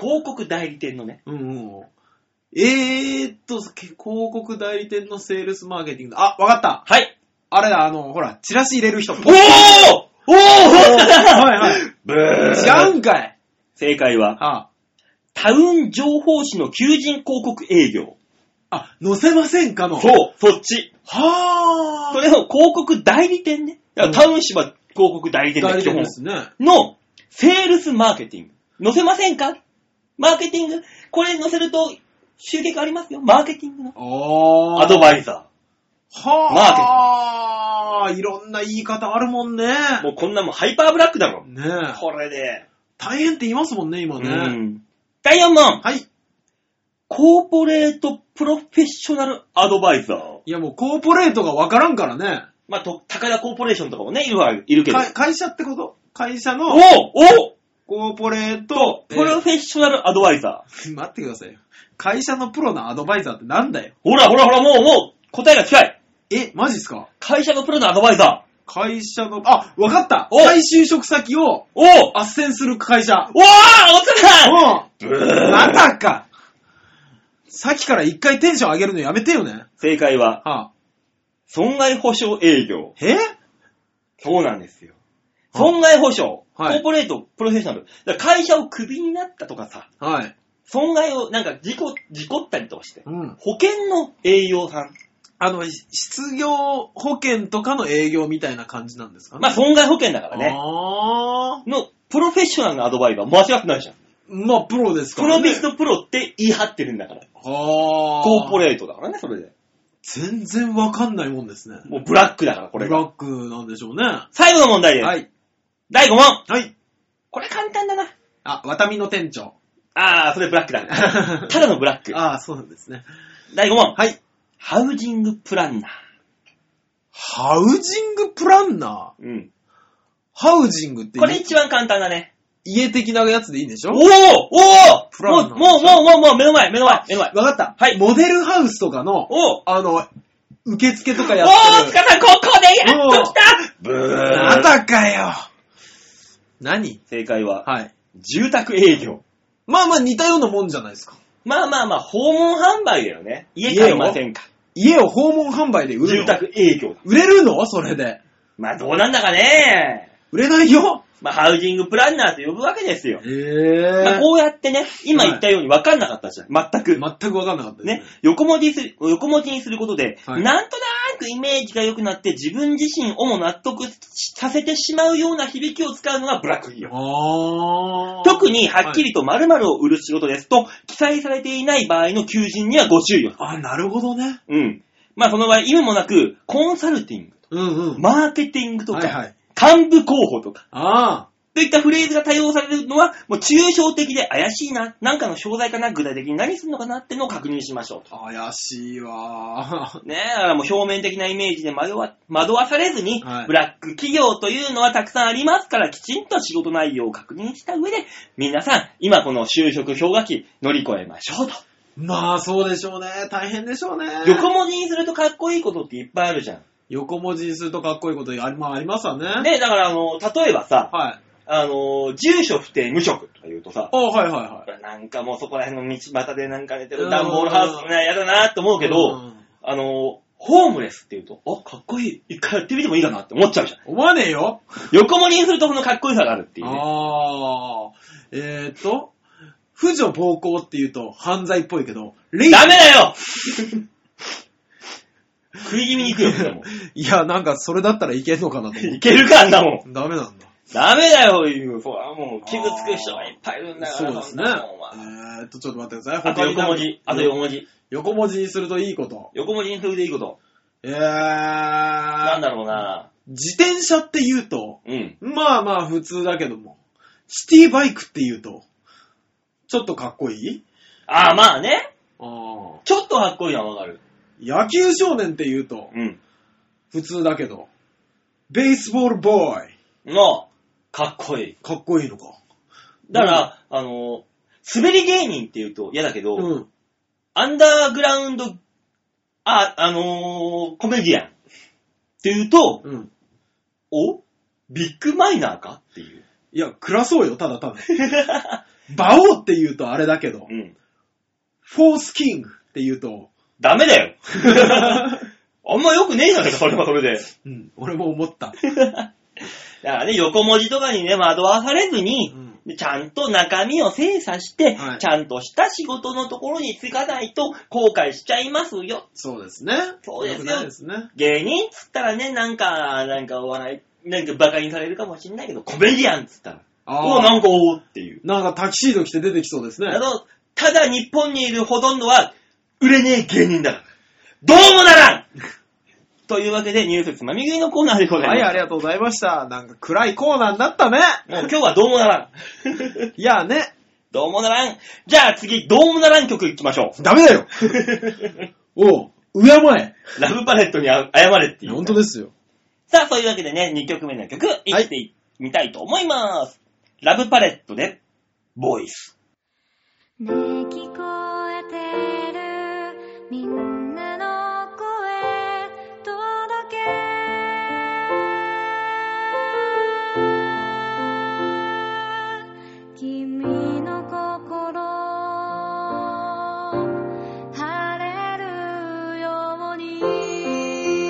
[SPEAKER 2] 広告代理店のね。
[SPEAKER 1] うんうんうん。えーっと、け広告代理店のセールスマーケティング。あ、わかった。
[SPEAKER 2] はい。
[SPEAKER 1] あれだ、あの、ほら、チラシ入れる人。お
[SPEAKER 2] おーおーほんとだ
[SPEAKER 1] はいはい。
[SPEAKER 2] ブー
[SPEAKER 1] 違うんかい。
[SPEAKER 2] 正解は、
[SPEAKER 1] あ
[SPEAKER 2] タウン情報誌の求人広告営業。
[SPEAKER 1] あ、載せませんかの。。
[SPEAKER 2] そうう、そっち。
[SPEAKER 1] は
[SPEAKER 2] そ
[SPEAKER 1] ー。
[SPEAKER 2] れを広告代理店ね。だからタウン誌は広告代理店だ
[SPEAKER 1] 代
[SPEAKER 2] よ
[SPEAKER 1] 理
[SPEAKER 2] 基
[SPEAKER 1] 店
[SPEAKER 2] 本
[SPEAKER 1] で。すね。
[SPEAKER 2] の、セールスマーケティング。載せませんかマーケティング。これ載せると、集客ありますよ。マーケティングの。
[SPEAKER 1] あー。
[SPEAKER 2] アドバイザ
[SPEAKER 1] はー。いろんな言い方あるもんね。
[SPEAKER 2] ー。もうこんなもんハイパーブラックだろ。
[SPEAKER 1] ねえ。
[SPEAKER 2] これで。
[SPEAKER 1] 大変って言いますもんね、今
[SPEAKER 2] う
[SPEAKER 1] ね。
[SPEAKER 2] ん。第4問。
[SPEAKER 1] はい。
[SPEAKER 2] コーポレートプロフェッショナルアドバイザー。
[SPEAKER 1] いやもうコーポレートがわからんからね。
[SPEAKER 2] まあ、と、高田コーポレーションとかもね、いるはいるけど。
[SPEAKER 1] か会社ってこと会社
[SPEAKER 2] お
[SPEAKER 1] の
[SPEAKER 2] おお
[SPEAKER 1] コーポレー
[SPEAKER 2] と
[SPEAKER 1] ト、、
[SPEAKER 2] プロフェッショナルアドバイザー。
[SPEAKER 1] えー待ってくださいよ。会社のプロのアドバイザーってなんだよ。
[SPEAKER 2] ほらほらほら、もうもう、答えが近い。
[SPEAKER 1] え、マジっすか
[SPEAKER 2] 会社のプロのアドバイザー。
[SPEAKER 1] 会社の、あ、わかった
[SPEAKER 2] お
[SPEAKER 1] 再就職先を
[SPEAKER 2] おお
[SPEAKER 1] 斡旋する会社。
[SPEAKER 2] おお落ちた
[SPEAKER 1] うんまたかさっきから一回テンション上げるのやめてよね。
[SPEAKER 2] 正解は、
[SPEAKER 1] はあ、
[SPEAKER 2] 損害保障営業。
[SPEAKER 1] え
[SPEAKER 2] そうなんですよ。
[SPEAKER 1] あ
[SPEAKER 2] 損害保障、
[SPEAKER 1] はい
[SPEAKER 2] コーポレート、プロフェッショナル。だから会社をクビになったとかさ、
[SPEAKER 1] はい。
[SPEAKER 2] 損害を、なんか事故、事故ったりとかして。
[SPEAKER 1] うん。
[SPEAKER 2] 保険の営業さん。
[SPEAKER 1] あの、し失業保険とかの営業みたいな感じなんですかね。
[SPEAKER 2] まあ、損害保険だからね。
[SPEAKER 1] あー。
[SPEAKER 2] の、プロフェッショナルのアドバイザー、間違ってないじゃん。
[SPEAKER 1] まあ、プロですか
[SPEAKER 2] プ
[SPEAKER 1] ら
[SPEAKER 2] ロ
[SPEAKER 1] ね。
[SPEAKER 2] ビスとプロって言い張ってるんだから。
[SPEAKER 1] はあ。
[SPEAKER 2] コーポレートだからね、それで。
[SPEAKER 1] 全然わかんないもんですね。
[SPEAKER 2] もうブラックだから、こ
[SPEAKER 1] ブ
[SPEAKER 2] れ
[SPEAKER 1] ラ
[SPEAKER 2] が。
[SPEAKER 1] ックなんでしょうね。は
[SPEAKER 2] 最後の問題です。
[SPEAKER 1] い。
[SPEAKER 2] 第5問。
[SPEAKER 1] はい。
[SPEAKER 2] これ簡単だな。
[SPEAKER 1] あ、ワタミの店 長。
[SPEAKER 2] あー、それブラックだ。た
[SPEAKER 1] あ
[SPEAKER 2] だのブラック。
[SPEAKER 1] あ、そうなんですね。
[SPEAKER 2] 第5問。
[SPEAKER 1] はい。
[SPEAKER 2] ハウジングプランナー。
[SPEAKER 1] ハウジングプランナー
[SPEAKER 2] うん。
[SPEAKER 1] ハウジングって
[SPEAKER 2] これ一番簡単だね。
[SPEAKER 1] 家的なやつでいいんでしょ
[SPEAKER 2] お
[SPEAKER 1] わ
[SPEAKER 2] お
[SPEAKER 1] プラン
[SPEAKER 2] お
[SPEAKER 1] ナ
[SPEAKER 2] お
[SPEAKER 1] ー
[SPEAKER 2] もう、もう、もう、もう、もう、目の前、目の前、目の前。
[SPEAKER 1] かった。
[SPEAKER 2] はい
[SPEAKER 1] モデルハウスとかの、
[SPEAKER 2] おお
[SPEAKER 1] あの、受付とかや
[SPEAKER 2] お
[SPEAKER 1] っ
[SPEAKER 2] ー、
[SPEAKER 1] て
[SPEAKER 2] つ
[SPEAKER 1] る。
[SPEAKER 2] かさん、ここでやっと来たブ
[SPEAKER 1] またかよ。何
[SPEAKER 2] 正解は、
[SPEAKER 1] はい。
[SPEAKER 2] 住宅営業。
[SPEAKER 1] まあまあ似たようなもんじゃないですか。
[SPEAKER 2] まあまあまあ、訪問販売だよね。家買いませんか。
[SPEAKER 1] 家を訪問販売で売るの
[SPEAKER 2] 住宅営業。
[SPEAKER 1] 売れるのそれで。
[SPEAKER 2] まあどうなんだかね。
[SPEAKER 1] 売れないよ。
[SPEAKER 2] まあハウジングプランナーと呼ぶわけですよ
[SPEAKER 1] え。え
[SPEAKER 2] まあこうやってね、今言ったように分かんなかったじゃん。全く。
[SPEAKER 1] 全く分かんなかったです
[SPEAKER 2] ね、横文字する、横文字にすることで、
[SPEAKER 1] はい
[SPEAKER 2] なんとなくイメージが良くなって自分自身をも納得させてしまうような響きを使うのがブラック企業。
[SPEAKER 1] あー
[SPEAKER 2] 特にはっきりと〇〇を売る仕事ですと、記載されていない場合の求人にはご注意を。
[SPEAKER 1] あ、なるほどね。
[SPEAKER 2] うん。まあその場合、意味もなく、コンサルティング、
[SPEAKER 1] うんうん。
[SPEAKER 2] マーケティングとか、
[SPEAKER 1] はいはい。
[SPEAKER 2] 幹部候補とか、
[SPEAKER 1] あ
[SPEAKER 2] といったフレーズが多用されるのは、もう抽象的で怪しいな、なんかの商材かな、具体的に何するのかなってのを確認しましょう。
[SPEAKER 1] あ、怪しいわー。
[SPEAKER 2] ねえ、だからもう表面的なイメージで惑わ惑わされずに、
[SPEAKER 1] はい
[SPEAKER 2] ブラック企業というのはたくさんありますから、きちんと仕事内容を確認した上で、皆さん、今この就職氷河期乗り越えましょうと。
[SPEAKER 1] まあ、そうでしょうね。大変でしょうね。
[SPEAKER 2] 横文字にするとかっこいいことっていっぱいあるじゃん。
[SPEAKER 1] 横文字にするとかっこいいことあり,、まあ、ありますわね。
[SPEAKER 2] ねえだからあの、例えばさ、
[SPEAKER 1] はい。
[SPEAKER 2] あの、住所不定無職とか言うとさ
[SPEAKER 1] あ、はいはいはい。
[SPEAKER 2] なんかもうそこら辺の道端でなんか寝て
[SPEAKER 1] う
[SPEAKER 2] る
[SPEAKER 1] ん
[SPEAKER 2] ダンボールハウスね、やだなって思うけ
[SPEAKER 1] う
[SPEAKER 2] ど、
[SPEAKER 1] ん
[SPEAKER 2] あの、ホームレスって言うと、あ、かっこいい。一回やってみてもいいかなって思っちゃうじゃん。
[SPEAKER 1] 思わねえよ。
[SPEAKER 2] 横文字にするとこのかっこよさがあるっていうね。
[SPEAKER 1] ああ。えーっと、婦女暴行って言うと犯罪っぽいけど、レイプ
[SPEAKER 2] ダ メだよ食い気味に行くよ、そんなもん
[SPEAKER 1] いや、なんかそれだったらいけんのかなと思
[SPEAKER 2] いけるか、あんなもん。
[SPEAKER 1] う。ダメなんだ。
[SPEAKER 2] ダメだよ、いう。そうあもう、傷つく人がいっぱいいるんだか
[SPEAKER 1] そう
[SPEAKER 2] ら。
[SPEAKER 1] ですね。え
[SPEAKER 2] んなもんは
[SPEAKER 1] ーっと、ちょっと待ってください。
[SPEAKER 2] あと横文字。あと横文字。
[SPEAKER 1] 横文字にするといいこと。
[SPEAKER 2] 横文字にするでいいこと。
[SPEAKER 1] えー、
[SPEAKER 2] なんだろうな。
[SPEAKER 1] 自転車って言うと、
[SPEAKER 2] うん。
[SPEAKER 1] まあまあ普通だけども、シティバイクって言うと、ちょっとかっこいい
[SPEAKER 2] ああ、まあね。
[SPEAKER 1] あー
[SPEAKER 2] ちょっとかっこいいのはわかる。
[SPEAKER 1] 野球少年って言うと、
[SPEAKER 2] うん。
[SPEAKER 1] 普通だけど、ベースボールボーイ。
[SPEAKER 2] の、かっこいい。
[SPEAKER 1] かっこいいのか。
[SPEAKER 2] だから、あの、滑り芸人って言うと嫌だけど、
[SPEAKER 1] うん。
[SPEAKER 2] アンダーグラウンド、あ、あのーコメディアンって言うと、
[SPEAKER 1] うん。
[SPEAKER 2] おビッグマイナーかっていう。
[SPEAKER 1] いや、暗そうよ、ただただ。バオって言うとあれだけど
[SPEAKER 2] う、ん。
[SPEAKER 1] フォースキングって言うと、
[SPEAKER 2] ダメ だよあんま良くねえじゃないか、それはそれで。
[SPEAKER 1] うん、俺も思った。
[SPEAKER 2] だからね、横文字とかにね、惑わされずに、
[SPEAKER 1] うん
[SPEAKER 2] でちゃんと中身を精査して、
[SPEAKER 1] はい
[SPEAKER 2] ちゃんとした仕事のところに就かないと後悔しちゃいますよ。
[SPEAKER 1] そうですね。
[SPEAKER 2] そうですよ
[SPEAKER 1] 良くないですね。
[SPEAKER 2] 芸人っつったらね、なんか、なんかお笑い、なんかバカにされるかもしんないけど、コメディアンっつったら、
[SPEAKER 1] あ
[SPEAKER 2] お
[SPEAKER 1] あ、
[SPEAKER 2] なんかおーっていう。
[SPEAKER 1] なんかタキシード着て出てきそうですね
[SPEAKER 2] あ。の、ただ日本にいるほとんどは、売れねえ芸人だから。どうもならん というわけで、ニュースつまみ食いのコーナーでございます。
[SPEAKER 1] はい、ありがとうございました。なんか暗いコーナーになったね。
[SPEAKER 2] もう今日はどうもならん。
[SPEAKER 1] いやね、
[SPEAKER 2] どうもならん。じゃあ次、どうもならん曲いきましょう。
[SPEAKER 1] ダメだよ。おう、上前。
[SPEAKER 2] ラブパレットにあ謝れっていう。
[SPEAKER 1] 本当ですよ。
[SPEAKER 2] さあ、そういうわけでね、2曲目の曲、いってみたいと思います。ラブパレットで、ボイス。
[SPEAKER 3] ねえ聞こえてるみんなの声届け君の心晴れるように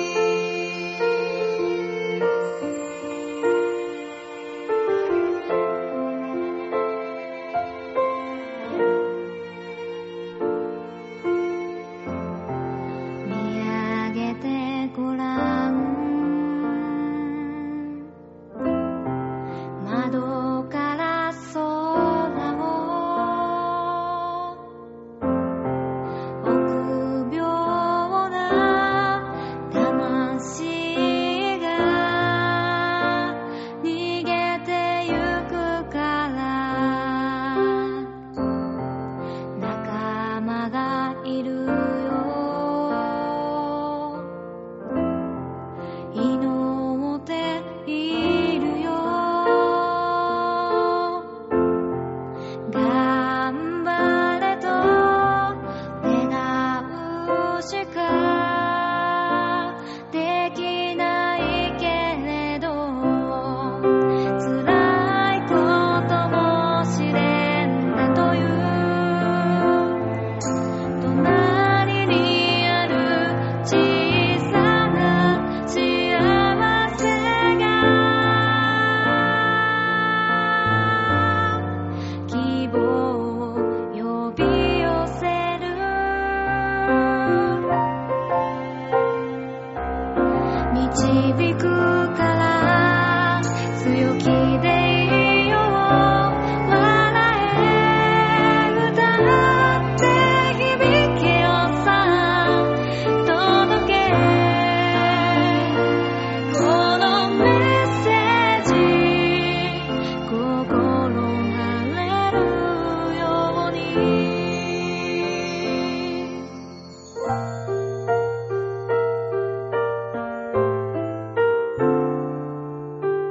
[SPEAKER 3] 見上げてごらん窓から空を臆病な魂が逃げてゆくから仲間がいるよ祈っているよ頑張れと願うしかできないけれど辛いことも試練だという隣にある小さな幸せが希望を呼び寄せる導くから強気でいいよ笑え歌って響きをさ届けこのメッセージ心がれるように「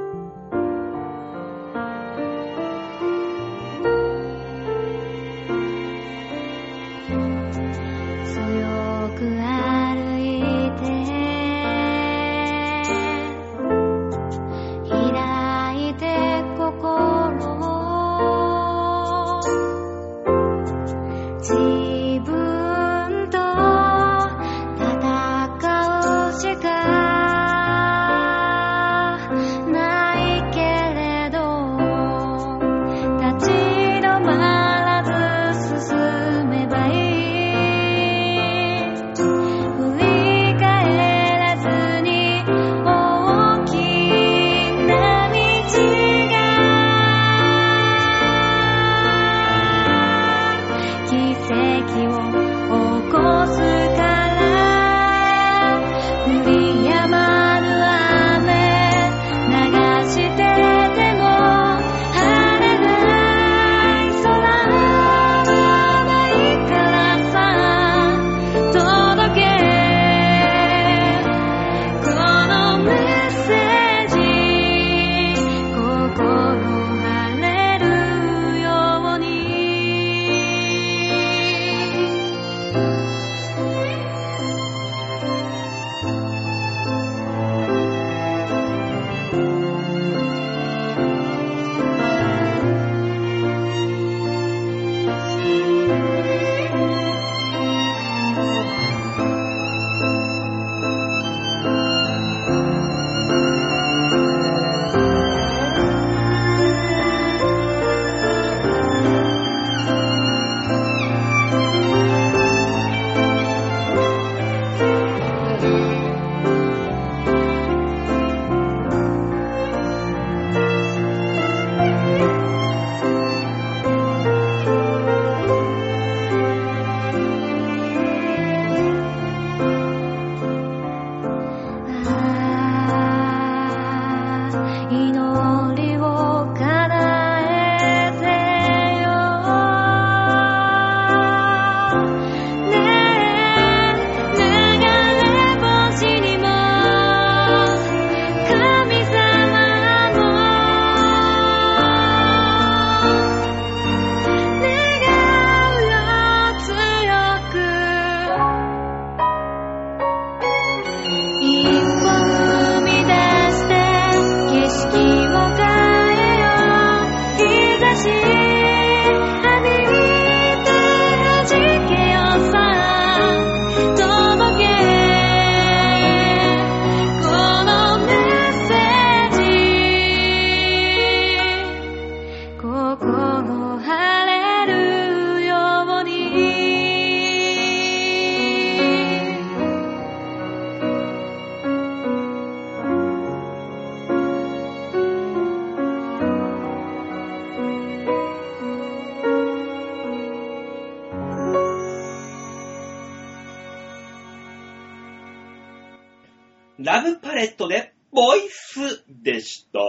[SPEAKER 2] ラブパレットで、ボイスでした。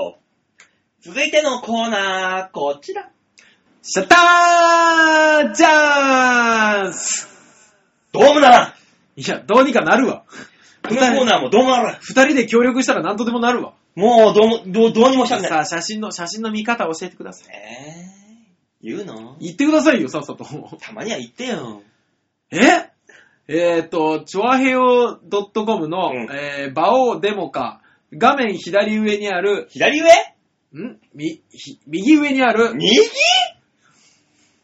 [SPEAKER 2] 続いてのコーナー、こちら。
[SPEAKER 1] シャッターチャンス
[SPEAKER 2] ドームなら
[SPEAKER 1] いや、どうにかなるわ。
[SPEAKER 2] このコーナーもドームなら
[SPEAKER 1] 二人で協力したら何とでもなるわ。
[SPEAKER 2] もうどうも、どう、どうにもしたくない。
[SPEAKER 1] さあ、写真の、写真の見方教えてください。
[SPEAKER 2] えー、言うの
[SPEAKER 1] 言ってくださいよ、さっさと。
[SPEAKER 2] たまには言ってよ。
[SPEAKER 1] ええっ、と、チョアヘオ .com の、
[SPEAKER 2] うん
[SPEAKER 1] えー、バオーデモか、画面左上にある、
[SPEAKER 2] 左上
[SPEAKER 1] んみ、ひ右上にある、
[SPEAKER 2] 右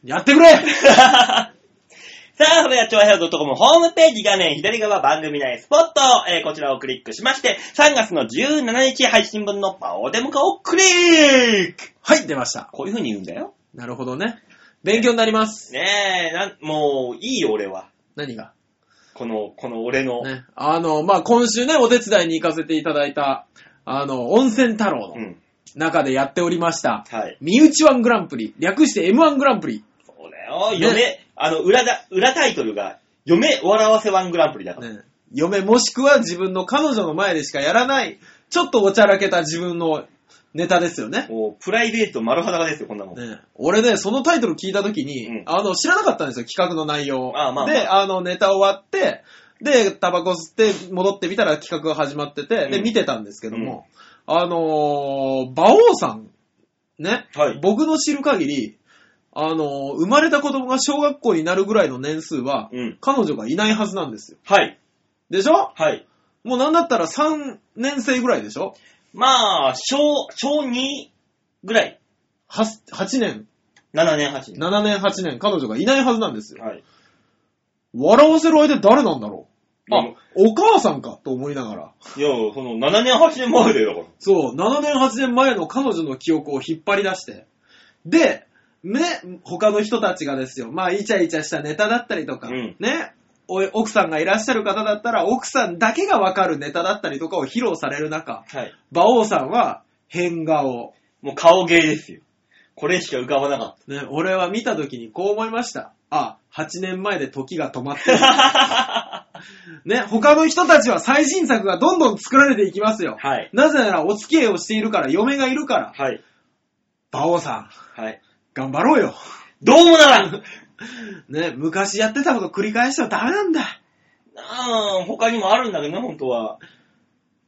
[SPEAKER 1] やってくれ
[SPEAKER 2] さあ、それでは、超平洋 .com ホームページ画面左側番組内スポット、えーこちらをクリックしまして、3月の17日配信分のパオデモ化をクリック
[SPEAKER 1] はい、出ました。
[SPEAKER 2] こういう風に言うんだよ。
[SPEAKER 1] なるほどね。勉強になります。
[SPEAKER 2] ねえ、なん、もう、いいよ、俺は。
[SPEAKER 1] 何が
[SPEAKER 2] この、この俺の。
[SPEAKER 1] ね。あの、まあ、今週ね、お手伝いに行かせていただいた、あの、温泉太郎
[SPEAKER 2] う
[SPEAKER 1] の
[SPEAKER 2] ん。
[SPEAKER 1] 中でやっておりました、
[SPEAKER 2] はい。
[SPEAKER 1] 身内ワングランプリ、略して M1 グランプリ。
[SPEAKER 2] そうだよ。嫁、あの、裏だ、裏タイトルが、嫁笑わせワングランプリだから。
[SPEAKER 1] ね、嫁もしくは自分の彼女の前でしかやらない、ちょっとおちゃらけた自分のネタですよね。
[SPEAKER 2] もう、プライベート丸裸ですよ、こんなもん。
[SPEAKER 1] ね、俺ね、そのタイトル聞いた時に、
[SPEAKER 2] うん
[SPEAKER 1] あの、知らなかったんですよ、企画の内容。
[SPEAKER 2] ああまあまあ
[SPEAKER 1] で、あの、ネタ終わって、で、タバコ吸って戻ってみたら企画が始まってて、
[SPEAKER 2] う
[SPEAKER 1] で、
[SPEAKER 2] ん
[SPEAKER 1] 見てたんですけども、あのー、馬王さん、ね、
[SPEAKER 2] はい
[SPEAKER 1] 僕の知る限り、あのー生まれた子供が小学校になるぐらいの年数は、
[SPEAKER 2] うん。
[SPEAKER 1] 彼女がいないはずなんですよ。
[SPEAKER 2] はい。
[SPEAKER 1] でしょ
[SPEAKER 2] はい。
[SPEAKER 1] もうなんだったら3年生ぐらいでしょ
[SPEAKER 2] まあ、小、小2ぐらい。
[SPEAKER 1] 8, 8年、
[SPEAKER 2] 7年、8年。
[SPEAKER 1] 7年、8年、彼女がいないはずなんですよ。
[SPEAKER 2] はい。
[SPEAKER 1] 笑わせる相手誰なんだろう
[SPEAKER 2] あ
[SPEAKER 1] あ、お母さんかと思いながら。
[SPEAKER 2] いや、その、7年、8年前だよ、だか
[SPEAKER 1] そう、7年、8年前の彼女の記憶を引っ張り出して。で、ね、他の人たちがですよ、まあ、イチャイチャしたネタだったりとか、
[SPEAKER 2] うん
[SPEAKER 1] ね、お奥さんがいらっしゃる方だったら、奥さんだけがわかるネタだったりとかを披露される中、
[SPEAKER 2] ら。はい。
[SPEAKER 1] 馬王さんは変顔。
[SPEAKER 2] もう顔芸ですよ。これしか浮かばなかっ
[SPEAKER 1] ね、俺は見た時にこう思いました。あ、8年前で時が止ま ってる。ね、他の人たちは最新作がどんどん作られていきますよ。
[SPEAKER 2] た。 はい。
[SPEAKER 1] なぜならお付き合いをしているから、嫁がいるから。
[SPEAKER 2] はい。
[SPEAKER 1] 馬王さん、
[SPEAKER 2] はい。
[SPEAKER 1] 頑張ろうよ。
[SPEAKER 2] どうもならう
[SPEAKER 1] ね、昔やってたこと繰り返してはダメなんだ。
[SPEAKER 2] ーん、他にもあるんだけどね、本当は。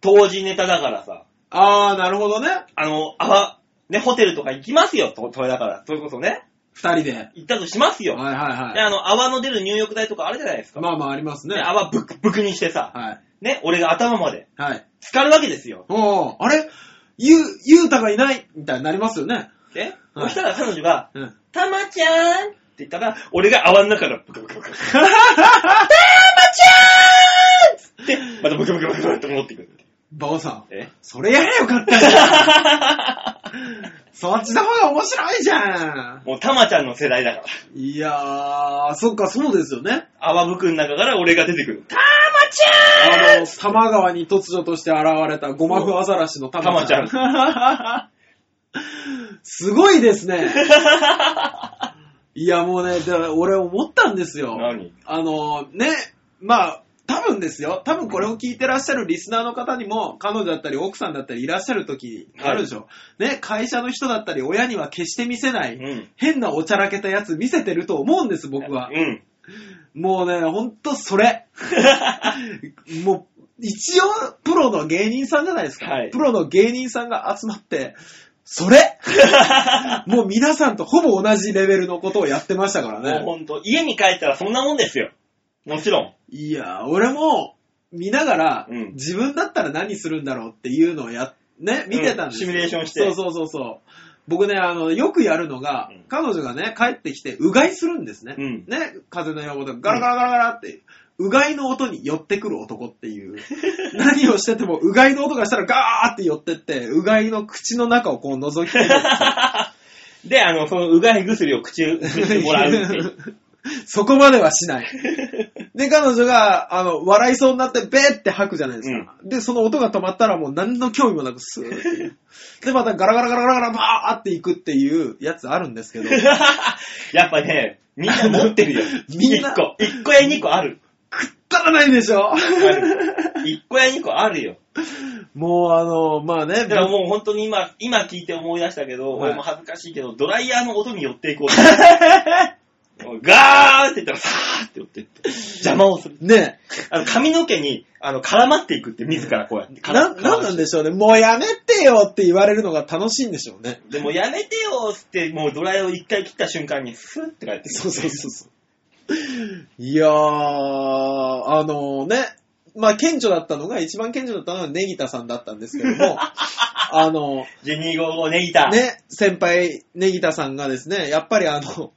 [SPEAKER 2] 当時ネタだからさ。
[SPEAKER 1] あー、なるほどね。
[SPEAKER 2] あの、あわ、ね、ホテルとか行きますよ、とそれだから。そういうことね。
[SPEAKER 1] 二人で。はい
[SPEAKER 2] 行ったとしますよ。
[SPEAKER 1] はいは
[SPEAKER 2] で、あの、泡の出る入浴剤とかあるじゃないです
[SPEAKER 1] い。
[SPEAKER 2] か。
[SPEAKER 1] まあまあありますね。
[SPEAKER 2] ね、
[SPEAKER 1] は
[SPEAKER 2] 泡ブクブクにしてさ、
[SPEAKER 1] い。
[SPEAKER 2] ね、俺が頭まで、
[SPEAKER 1] はい。
[SPEAKER 2] 浸かるわけですよ。
[SPEAKER 1] おー、あれゆ、ゆうたがいないみたいになりますよね。
[SPEAKER 2] ね、
[SPEAKER 1] は
[SPEAKER 2] そ
[SPEAKER 1] い
[SPEAKER 2] したら彼女が、
[SPEAKER 1] うん。
[SPEAKER 2] たまちゃんって言ったら、俺が泡の中からブクブクブクブク。で、またブクブクブクブクって戻ってくる。
[SPEAKER 1] 馬王さん、
[SPEAKER 2] え
[SPEAKER 1] それやれよかったじゃん。そっちの方が面白いじゃん。
[SPEAKER 2] もうたまちゃんの世代だから。
[SPEAKER 1] いやー、そっか、そうですよ ね。
[SPEAKER 2] 泡ぶくの中から俺が出てくる。たまち
[SPEAKER 1] あの、玉川に突如として現れたゴマフアザラシの玉ちゃん。
[SPEAKER 2] 玉ち
[SPEAKER 1] すごいですね。いや、もうね、で俺思ったんですよ。
[SPEAKER 2] 何
[SPEAKER 1] あの、ね、まあ、多分ですよ。多分これを聞いてらっしゃるリスナーの方にも、彼女だったり奥さんだったりいらっしゃる時あるでしょ。ね、会社の人だったり親には決して見せない、
[SPEAKER 2] うん
[SPEAKER 1] 変なおちゃらけたやつ見せてると思うんです、僕は。
[SPEAKER 2] うん。
[SPEAKER 1] もうね、ほんとそ れ。もう、一応、プロの芸人さんじゃないですか。
[SPEAKER 2] はい
[SPEAKER 1] プロの芸人さんが集まって、それもう皆さんとほぼ同じレベルのことをやってましたから
[SPEAKER 2] もう
[SPEAKER 1] ね。
[SPEAKER 2] ほんと、家に帰ったらそんなもんですよ。もちろん。
[SPEAKER 1] いや、俺も、見ながら、
[SPEAKER 2] うん
[SPEAKER 1] 自分だったら何するんだろうっていうのをや、ね、見てたんですよ、
[SPEAKER 2] うんシミュレーションして
[SPEAKER 1] そうそうそうそう。僕ね、あの、よくやるのが、
[SPEAKER 2] うん
[SPEAKER 1] 彼女がね、帰ってきて、うがいするんですね。
[SPEAKER 2] うん
[SPEAKER 1] ね、風の予防でガラガラガラガラって、うがいの音に寄ってくる男っ ていう。何をしてても、うがいの音がしたらガーって寄ってって、うがいの口の中をこう覗き込
[SPEAKER 2] で、あの、そのうがい薬を口、口
[SPEAKER 1] んで
[SPEAKER 2] にもらうっていう。
[SPEAKER 1] そこまでは しない。で、彼女が、あの、笑いそうになって、べーって吐くじゃないですか。で、その音が止まったらもう何の興味もなくスーっていう。で、またガラガラガラガラガラバーっていくっていうやつあるんですけ ど、
[SPEAKER 2] やっぱね、みんな持ってるよ。
[SPEAKER 1] みんな
[SPEAKER 2] 一個。一個や二個ある。
[SPEAKER 1] くったらないでしょ
[SPEAKER 2] ある。一個や二個あるよ。
[SPEAKER 1] もうあの、まあね、
[SPEAKER 2] だからもう本当に今、今聞いて思い出したけど、
[SPEAKER 1] はい
[SPEAKER 2] 俺も恥ずかしいけど、ドライヤーの音に寄 っていこう。もうガーって言ったら、さーって寄ってって、邪魔をする。
[SPEAKER 1] ね
[SPEAKER 2] あの髪の毛にあの絡まっていくって、自らこうやって。
[SPEAKER 1] な、なんなん
[SPEAKER 2] で
[SPEAKER 1] でしょうね。もうやめてよって言われるのが楽しいんでしょうね。
[SPEAKER 2] でもやめてよーっつって、もうドライヤーを一回切った瞬間に、スーって帰ってくる
[SPEAKER 1] そうそうそうそう。いやー、あのね、まあ顕著だったのが、一番顕著だったのがネギタさんだったんですけど も、あの、
[SPEAKER 2] ジェニー号をネギタ。
[SPEAKER 1] ね、先輩、ネギタさんがですね、やっぱりあの、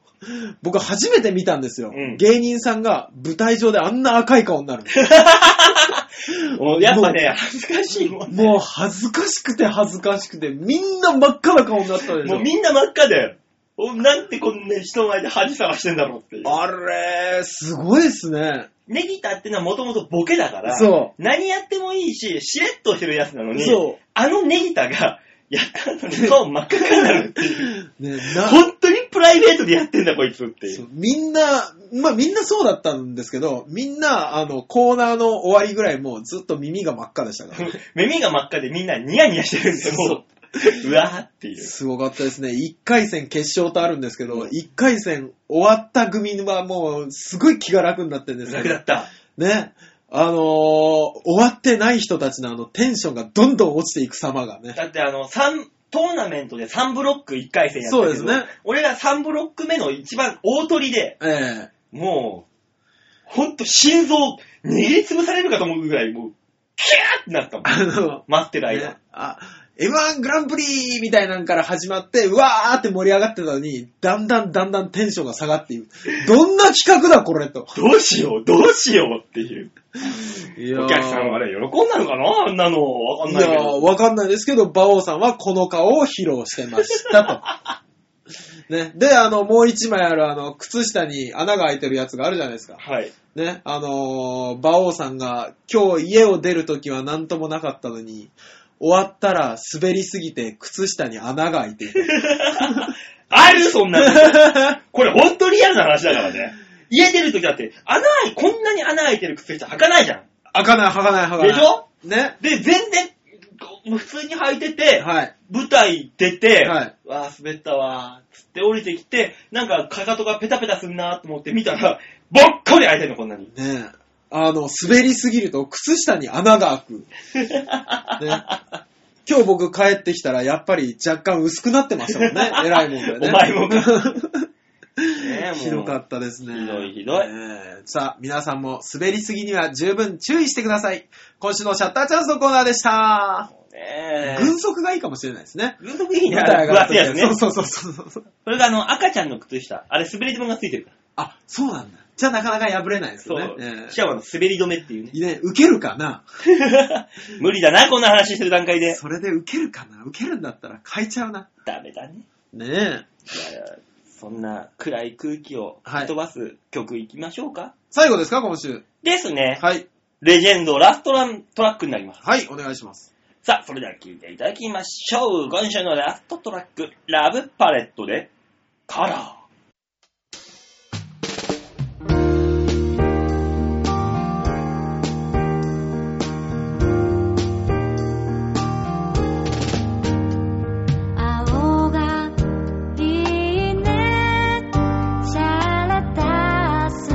[SPEAKER 1] 僕初めて見たんですよ。
[SPEAKER 2] うん
[SPEAKER 1] 芸人さんが舞台上であんな赤い顔になる。
[SPEAKER 2] もう やっぱね、恥ずかしいもん。
[SPEAKER 1] もう恥ずかしくて恥ずかしくて、みんな真っ赤な顔になったでし
[SPEAKER 2] も
[SPEAKER 1] ょ
[SPEAKER 2] う。みんな真っ赤で、おなんてこんな人前で恥さらしてんだろうっていう。
[SPEAKER 1] あれー、すごいですね。
[SPEAKER 2] ネギタってのはもともとボケだから、
[SPEAKER 1] そ
[SPEAKER 2] 何やってもいいし、しれっとしてるやつなのに、
[SPEAKER 1] そ
[SPEAKER 2] あのネギタが、やった後 に顔真っ赤になるっていう。
[SPEAKER 1] う。ね、な
[SPEAKER 2] 本当にプライベートでやってんだこいつってい。
[SPEAKER 1] そううみんな、まあみんなそうだったんですけど、みんな、あの、コーナーの終わりぐらいもうずっと耳が真っ赤でしたから。
[SPEAKER 2] 耳が真っ赤でみんなニヤニヤしてるんですよ、もう。うわーっていう。
[SPEAKER 1] すごかったですね。1回戦決勝とあるんですけど、1回戦終わった組はもうすごい気が楽になってるんですけ
[SPEAKER 2] 楽だ
[SPEAKER 1] ど
[SPEAKER 2] っ、た。
[SPEAKER 1] ね。あのー終わってない人たちのあのテンションがどんどん落ちていく様がね。
[SPEAKER 2] だってあの、三、トーナメントで3ブロック1回戦やったけど、
[SPEAKER 1] そうですね
[SPEAKER 2] 俺ら3ブロック目の一番大取りで、
[SPEAKER 1] ええ
[SPEAKER 2] もう、ほんと心臓握りつぶされるかと思うぐらい、もう、キャーってなったもん。
[SPEAKER 1] あの、
[SPEAKER 2] 待ってる間。
[SPEAKER 1] ねあ、M1 グランプリみたいなんから始まって、うわーって盛り上がってたのに、だんだんだんだんテンションが下がっていく。どんな企画だこれと。
[SPEAKER 2] どうしよう、どうしようっていう。お客さんはあ
[SPEAKER 1] れ。
[SPEAKER 2] れ、喜んだのかなあんなの。わかん
[SPEAKER 1] い
[SPEAKER 2] ない
[SPEAKER 1] や
[SPEAKER 2] けど。
[SPEAKER 1] ーわかんないですけど、馬王さんはこの顔を披露してましたと。ね。で、あの、もう一枚ある、あの、靴下に穴が開いてるやつがあるじゃないですか。
[SPEAKER 2] はい。
[SPEAKER 1] ね、あのー馬王さんが今日家を出るときは何ともなかったのに、終わったら滑りすぎて靴下に穴が開いている。
[SPEAKER 2] あるそんなのこれほんとリアルな話だからね。家出るときだって、穴開い、こんなに穴開いてる靴下履かないじゃん。
[SPEAKER 1] 開かない、履かない、履かない。
[SPEAKER 2] でしょ
[SPEAKER 1] ね。
[SPEAKER 2] で、全然、こう普通に履いてて、
[SPEAKER 1] はい。
[SPEAKER 2] 舞台出て、
[SPEAKER 1] はい
[SPEAKER 2] わあ、滑ったわー、つって降りてきて、なんかかかとがペタペタするなーと思って見たら、ぼっこり開いてんの、こんなに。
[SPEAKER 1] ねあの、滑りすぎると靴下に穴が開く。 ね。今日僕帰ってきたらやっぱり若干薄くなってましたも んね。偉いもんでね。
[SPEAKER 2] お前もかねえもう
[SPEAKER 1] ひどかったですね。
[SPEAKER 2] ひどいひどい
[SPEAKER 1] ねえさあ、皆さんも滑りすぎには十分注意してください。今週のシャッターチャンスのコーナーでした。
[SPEAKER 2] ねえ。
[SPEAKER 1] 軍足がいいかもしれないですね。
[SPEAKER 2] 軍足いいね。
[SPEAKER 1] 舞台
[SPEAKER 2] 分
[SPEAKER 1] 上がる
[SPEAKER 2] 厚いやつね。
[SPEAKER 1] そうそうそうそうそう。
[SPEAKER 2] それがあの、赤ちゃんの靴下。あれ、滑り止めがついてるから。
[SPEAKER 1] あ、そうなんだ。じゃあなかなか破れないです
[SPEAKER 2] そ
[SPEAKER 1] よ
[SPEAKER 2] う。
[SPEAKER 1] ね。ええ
[SPEAKER 2] シャワーの滑り止めっていうね。
[SPEAKER 1] ね、受けるかな
[SPEAKER 2] 無理だな、こんな話してる段階で。
[SPEAKER 1] それで受けるかな受けるんだったら変えちゃうな。
[SPEAKER 2] ダメだね。
[SPEAKER 1] ねえ。
[SPEAKER 2] いやそんな暗い空気を吹き飛ばす曲いきましょうか。
[SPEAKER 1] 最後ですか今週。
[SPEAKER 2] ですね。
[SPEAKER 1] はい。
[SPEAKER 2] レジェンドラストラントラックになります。
[SPEAKER 1] はい、お願いします。
[SPEAKER 2] さあ、それでは聴いていただきましょう。今週のラストトラック、ラブパレットで、カラー。
[SPEAKER 3] 青がいいねシャレたス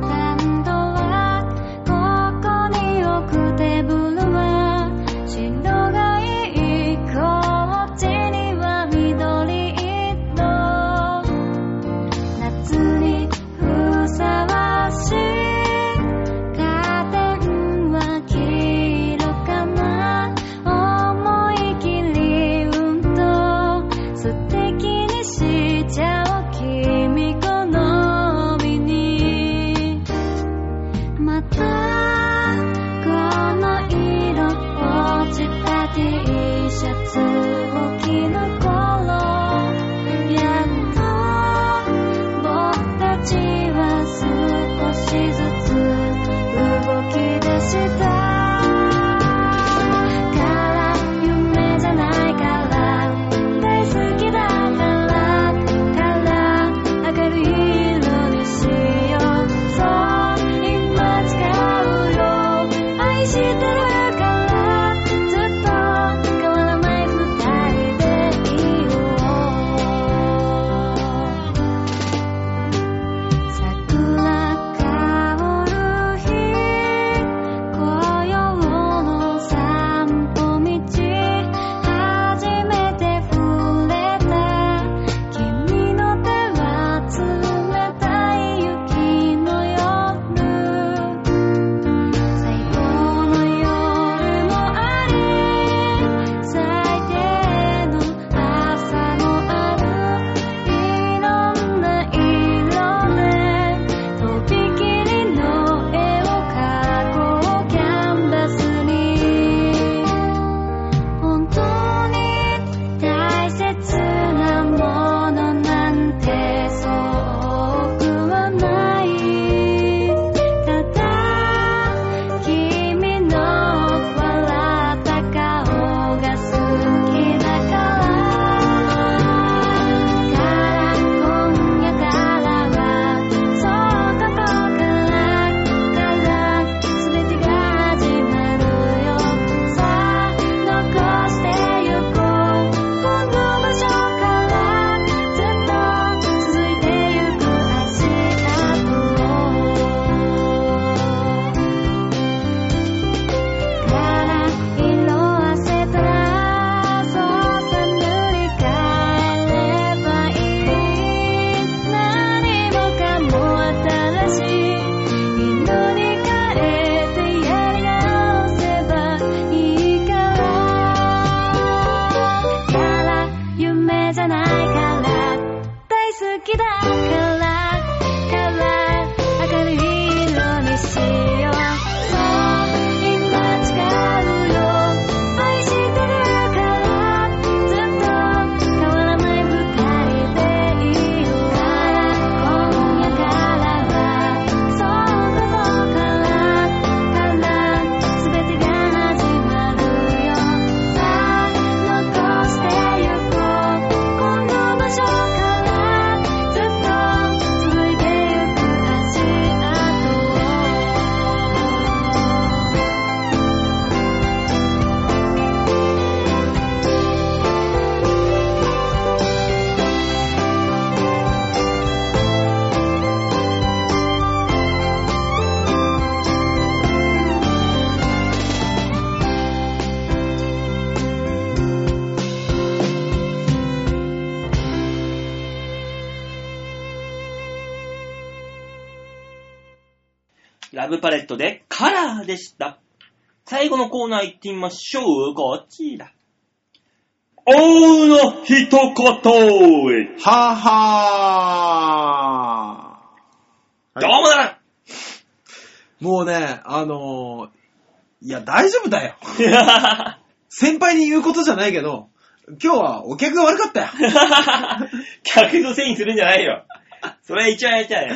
[SPEAKER 3] タンドはここに置くテーブルは白がいいこっちには緑色
[SPEAKER 2] ラブパレットでカラーでした。最後のコーナー行ってみましょう。こちら。王の一言
[SPEAKER 1] はーはー。
[SPEAKER 2] どうもなら
[SPEAKER 1] もうね、あのーいや、大丈夫だよ。
[SPEAKER 2] 今
[SPEAKER 1] 先輩に言うことじゃないけど、今日はお客が悪かったよ。
[SPEAKER 2] 客のせいにするんじゃないよ。それ一応やっちゃうよ。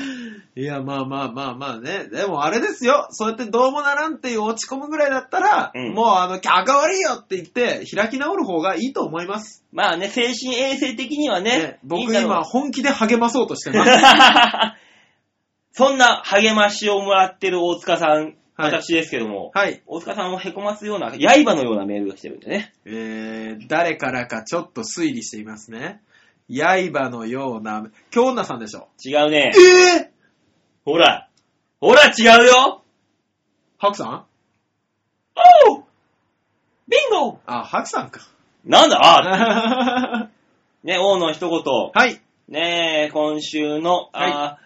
[SPEAKER 1] いや、まあまあまあまあね。でもあれですよ。そうやってどうもならんっていう落ち込むぐらいだったら、
[SPEAKER 2] うん
[SPEAKER 1] もうあの、客が悪いよって言って、開き直る方がいいと思います。
[SPEAKER 2] まあね、精神衛生的にはね。
[SPEAKER 1] ね僕
[SPEAKER 2] いいんだろう
[SPEAKER 1] 今、本気で励まそうとして ます。
[SPEAKER 2] そんな励ましをもらってる大塚さん、
[SPEAKER 1] はい
[SPEAKER 2] 私ですけども、
[SPEAKER 1] はい。
[SPEAKER 2] 大塚さんをへこますような、刃のようなメールが来てるんでね。
[SPEAKER 1] えー、誰からかちょっと推理していますね。刃のような、京女さんでしょ。
[SPEAKER 2] 違うね。
[SPEAKER 1] えぇ、
[SPEAKER 2] ほら。ほら、違うよ
[SPEAKER 1] 白さん
[SPEAKER 2] おうビンゴ
[SPEAKER 1] あ、白さんか。
[SPEAKER 2] なんだあ
[SPEAKER 1] は
[SPEAKER 2] ね、王の一言。
[SPEAKER 1] い。
[SPEAKER 2] ねえ、今週の、あー
[SPEAKER 1] は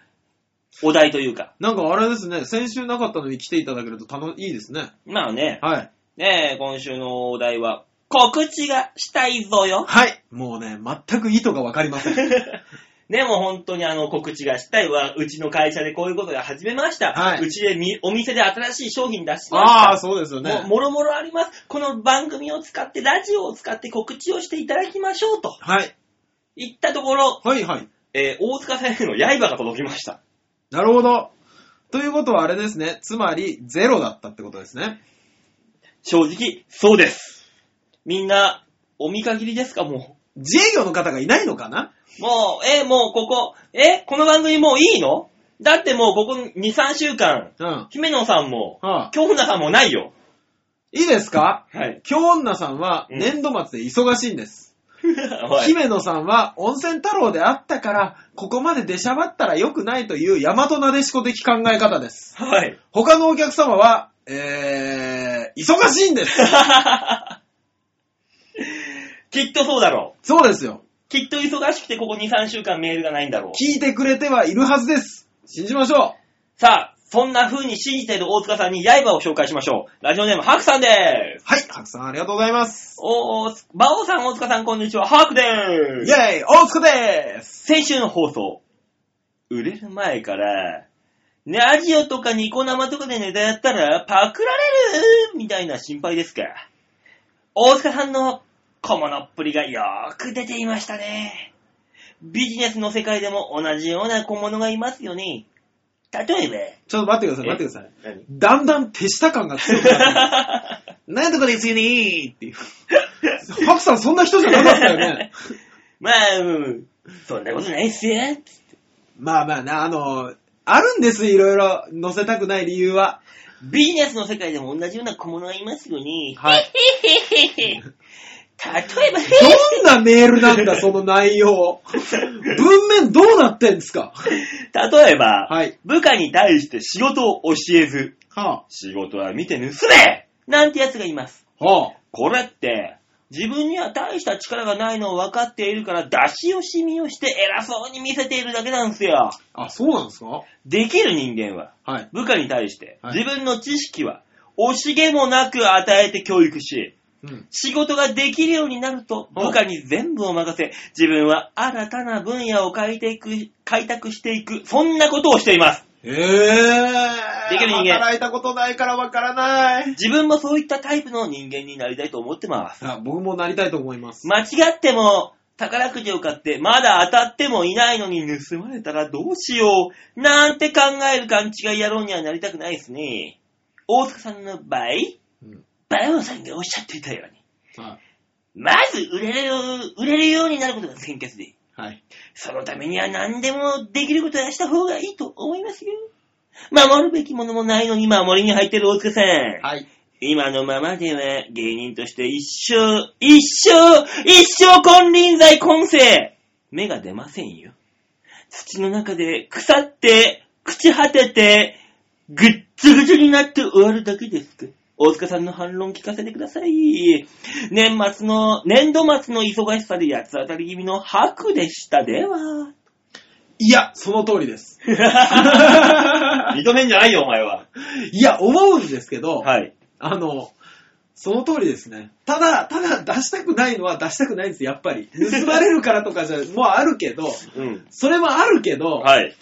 [SPEAKER 2] お題というか。
[SPEAKER 1] なんかあれですね、先週なかったのに来ていただけると楽いいですね。
[SPEAKER 2] まあね、
[SPEAKER 1] はい。
[SPEAKER 2] ねえ、今週のお題は、告知がしたいぞよ。
[SPEAKER 1] はい。もうね、全く意図がわかりません。
[SPEAKER 2] ね、もう本当にあの告知がしたいわ。うちの会社でこういうことが始めました。
[SPEAKER 1] はいう
[SPEAKER 2] ちでみお店で新しい商品出しました。
[SPEAKER 1] ああ、そうですよ
[SPEAKER 2] も
[SPEAKER 1] ね。
[SPEAKER 2] もろもろあります。この番組を使って、ラジオを使って告知をしていただきましょうと
[SPEAKER 1] はい。
[SPEAKER 2] 言ったところ、
[SPEAKER 1] はいはい。
[SPEAKER 2] えー大塚先生の刃が届きました。
[SPEAKER 1] なるほど。ということはあれですね。つまり、ゼロだったってことですね。
[SPEAKER 2] 正直、そうです。みんな、お見限りですか、も
[SPEAKER 1] 自営業の方がいないのかな
[SPEAKER 2] う。もう、えーもうここ、えーこの番組もういいのだってもうここ2、3週間、
[SPEAKER 1] うん。は
[SPEAKER 2] 姫野さんも、
[SPEAKER 1] あ、
[SPEAKER 2] 京女さんもないよ。
[SPEAKER 1] いいですか
[SPEAKER 2] はい。
[SPEAKER 1] 京女さんは
[SPEAKER 2] うん
[SPEAKER 1] 年度末で忙しいんです。
[SPEAKER 2] おい
[SPEAKER 1] 姫野さんは温泉太郎であったから、ここまで出しゃばったら良くないという大和なでしこ的考え方です。
[SPEAKER 2] はい。
[SPEAKER 1] 他のお客様は、えー、忙しいんです。
[SPEAKER 2] きっとそうだろ
[SPEAKER 1] そうですよ。
[SPEAKER 2] う。きっと忙しくてここ2、3週間メールがないんだろう。
[SPEAKER 1] 聞いてくれてはいるはずです。信じましょ
[SPEAKER 2] さあ、そんな風に信じている大塚さんに刃を紹介しましょう。ラジオネーム、ハクさんで
[SPEAKER 1] う。
[SPEAKER 2] す。
[SPEAKER 1] はい、白さんありがとうございます。
[SPEAKER 2] おー、馬王さん、大塚さん、こんにちは。ハクで
[SPEAKER 1] イ
[SPEAKER 2] ーす。
[SPEAKER 1] ェーイ大塚でーす
[SPEAKER 2] 先週の放送、売れる前から、ラジオとかニコ生とかでネタやったらパクられるみたいな心配ですか。大塚さんの小物っぷりがよーく出ていましたね。ビジネスの世界でも同じような小物がいますよね。例え
[SPEAKER 1] ちょっと待ってください、
[SPEAKER 2] え
[SPEAKER 1] 待ってくださ
[SPEAKER 2] ば、
[SPEAKER 1] い。
[SPEAKER 2] 何
[SPEAKER 1] だんだん手下感が強くなってます。なんとかですよねーっていう。白さんそんな人じゃなかった よね。
[SPEAKER 2] まあ、うん、そんなことないっすよ。
[SPEAKER 1] まあまあな、あの、あるんです、いろいろ載せたくない理由は。
[SPEAKER 2] ビジネスの世界でも同じような小物がいますよね。
[SPEAKER 1] はい。
[SPEAKER 2] 例えば、
[SPEAKER 1] どんなメールなんだ、その内容。文面どうなってんですか
[SPEAKER 2] 例えば、
[SPEAKER 1] はい
[SPEAKER 2] 部下に対して仕事を教えず、
[SPEAKER 1] は
[SPEAKER 2] 仕事は見て盗めなんてやつがいます。
[SPEAKER 1] あ、は
[SPEAKER 2] これって、自分には大した力がないのを分かっているから、出し惜しみをして偉そうに見せているだけなんですよ。
[SPEAKER 1] あ。あ、そうなんですか
[SPEAKER 2] できる人間は、
[SPEAKER 1] はい。
[SPEAKER 2] 部下に対して、
[SPEAKER 1] はい
[SPEAKER 2] 自分の知識は、惜しげもなく与えて教育し、
[SPEAKER 1] うん。
[SPEAKER 2] 仕事ができるようになると、
[SPEAKER 1] うん
[SPEAKER 2] 部下に全部を任せ、自分は新たな分野を開いていく、開拓していく、そんなことをしています。
[SPEAKER 1] へえ。
[SPEAKER 2] できる人間
[SPEAKER 1] 働いたことないからわからない。
[SPEAKER 2] 自分もそういったタイプの人間になりたいと思ってます。
[SPEAKER 1] あ僕もなりたいと思います。
[SPEAKER 2] 間違っても、宝くじを買って、まだ当たってもいないのに盗まれたらどうしよう。なんて考える勘違い野郎にはなりたくないですね。大塚さんの場合、
[SPEAKER 1] うん
[SPEAKER 2] バランさんがおっしゃっていたように、
[SPEAKER 1] は
[SPEAKER 2] まず売れるよう、売れるようになることが先決で、
[SPEAKER 1] い。はい。
[SPEAKER 2] そのためには何でもできることはした方がいいと思いますよ。守るべきものもないのに守りに入ってる大塚さん。
[SPEAKER 1] はい。
[SPEAKER 2] 今のままでは芸人として一生、一生、一生金輪際今世芽が出ませんよ。土の中で腐って、朽ち果てて、ぐっつぐちになって終わるだけですか。大塚さんの反論聞かせてください。年末の、年度末の忙しさで八つ当たり気味の白でしたでは。
[SPEAKER 1] いや、その通りです。
[SPEAKER 2] 認めんじゃないよ、お前は。
[SPEAKER 1] いや、思うんですけど、
[SPEAKER 2] はい。
[SPEAKER 1] あの、その通りですね。ただ、ただ出したくないのは出したくないんです、やっぱり。盗まれるからとか じゃ、もうあるけど、
[SPEAKER 2] うん。
[SPEAKER 1] それもあるけど、
[SPEAKER 2] はい。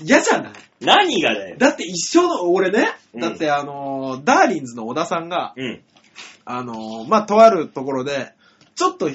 [SPEAKER 1] 嫌じゃない
[SPEAKER 2] 何がだよ。
[SPEAKER 1] だって一生の、俺ね、
[SPEAKER 2] うん
[SPEAKER 1] だってあの、ダーリンズの小田さんが、
[SPEAKER 2] うん。
[SPEAKER 1] あの、まあ、とあるところで、ちょっと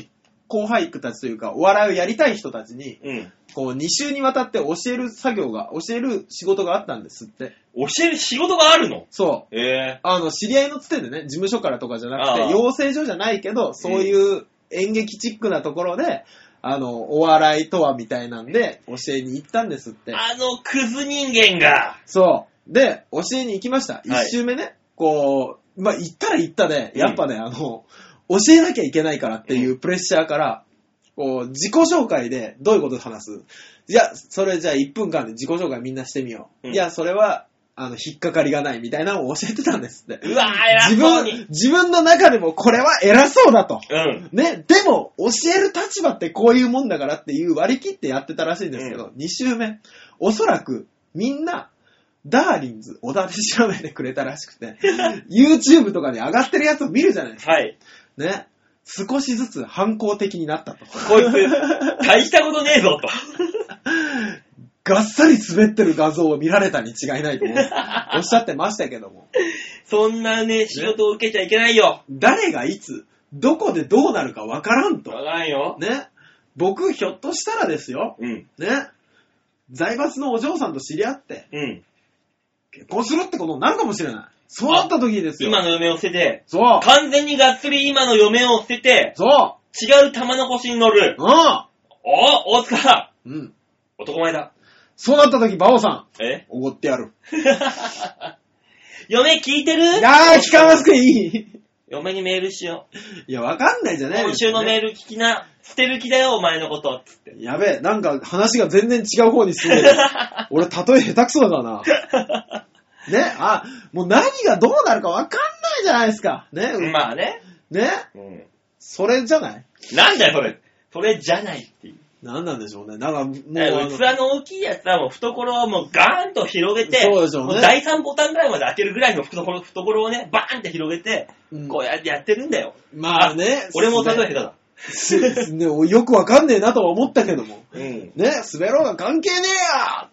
[SPEAKER 1] 後輩たちというか、お笑いをやりたい人たちに、
[SPEAKER 2] うん。
[SPEAKER 1] こう、2週にわたって教える作業が、教える仕事があったんですって。
[SPEAKER 2] 教える仕事があるの
[SPEAKER 1] そう。
[SPEAKER 2] ええ
[SPEAKER 1] あの、知り合いのつてでね、事務所からとかじゃな
[SPEAKER 2] あ
[SPEAKER 1] く
[SPEAKER 2] あ
[SPEAKER 1] て、養成所じゃないけど、そういう演劇チックなところで、あの、お笑いとはみたいなんで、教えに行ったんですって。
[SPEAKER 2] あのクズ人間が。
[SPEAKER 1] そう。で、教えに行きました。
[SPEAKER 2] はい
[SPEAKER 1] 一周目ね、こう、まあ、行ったら行ったで、やっぱね、あの、教えなきゃいけないからっていうプレッシャーから、こう、自己紹介でどういうこと話すいや、それじゃあ1分間で自己紹介みんなしてみよう。
[SPEAKER 2] うん
[SPEAKER 1] いや、それは、あの、引っかかりがないみたいなのを教えてたんですって。
[SPEAKER 2] うわー、偉
[SPEAKER 1] 自
[SPEAKER 2] そうに
[SPEAKER 1] 分。、自分の中でもこれは偉そうだと。
[SPEAKER 2] うん。
[SPEAKER 1] ね、でも、教える立場ってこういうもんだからっていう割り切ってやってたらしいんですけど、2週目、おそらくみんな、ダーリンズ、小田で調べてくれたらしく て、YouTube とかに上がってるやつを見るじゃないですか。
[SPEAKER 2] はい。
[SPEAKER 1] ね。少しずつ反抗的になったと。
[SPEAKER 2] こい つ、大したことねえぞ、と。
[SPEAKER 1] がっさり滑ってる画像を見られたに違いないと思うおっしゃってましたけども。
[SPEAKER 2] そんなね、仕事を受けちゃいけないよ。
[SPEAKER 1] 誰がいつ、どこでどうなるかわからん
[SPEAKER 2] わ
[SPEAKER 1] と。
[SPEAKER 2] からんよ。
[SPEAKER 1] ね。僕、ひょっとしたらですよ。
[SPEAKER 2] うん。
[SPEAKER 1] ね。財閥のお嬢さんと知り合って、
[SPEAKER 2] うん。
[SPEAKER 1] 結婚するってことになるかもしれない。そうなった時にですよ。
[SPEAKER 2] 今の嫁を捨てて、
[SPEAKER 1] そう。
[SPEAKER 2] 完全にがっつり今の嫁を捨てて、
[SPEAKER 1] そ
[SPEAKER 2] 違う玉の腰に乗る。
[SPEAKER 1] う。う
[SPEAKER 2] お大塚
[SPEAKER 1] ん。うん。
[SPEAKER 2] 男前だ。
[SPEAKER 1] そうなった時、馬王さん、
[SPEAKER 2] え
[SPEAKER 1] おごってやる。
[SPEAKER 2] 嫁聞いてる
[SPEAKER 1] いやー、聞かなくていい。
[SPEAKER 2] 嫁にメールしよう。
[SPEAKER 1] いや、わかんないじゃない
[SPEAKER 2] 今週のメー
[SPEAKER 1] ー
[SPEAKER 2] ル聞きな。捨てる気だよ、お前のこと。つって。
[SPEAKER 1] ル。やべえ、なんか話が全然違う方に進 んでる。俺、例え下手くそだからな。ね、あ、もう何がどうなるかわかんないじゃないですか。ね、
[SPEAKER 2] まあね。
[SPEAKER 1] ね、
[SPEAKER 2] うん。
[SPEAKER 1] それじゃない
[SPEAKER 2] なんだよ、それ。それじゃないっていう。
[SPEAKER 1] なんなんでしょうね。なんか、もう
[SPEAKER 2] だから
[SPEAKER 1] あの
[SPEAKER 2] 器の大きいやつはもう懐をもうガーンと広げて、
[SPEAKER 1] そうでしょうね
[SPEAKER 2] も第3ボタンぐらいまで開けるぐらいの懐懐をね、バーンって広げて、
[SPEAKER 1] うん
[SPEAKER 2] こうやってやってるんだよ。
[SPEAKER 1] まあね。
[SPEAKER 2] 俺も例え下手だ。
[SPEAKER 1] すね、よくわかんねえなとは思ったけども。
[SPEAKER 2] うん。
[SPEAKER 1] ね、滑ろうが関係ねえやっ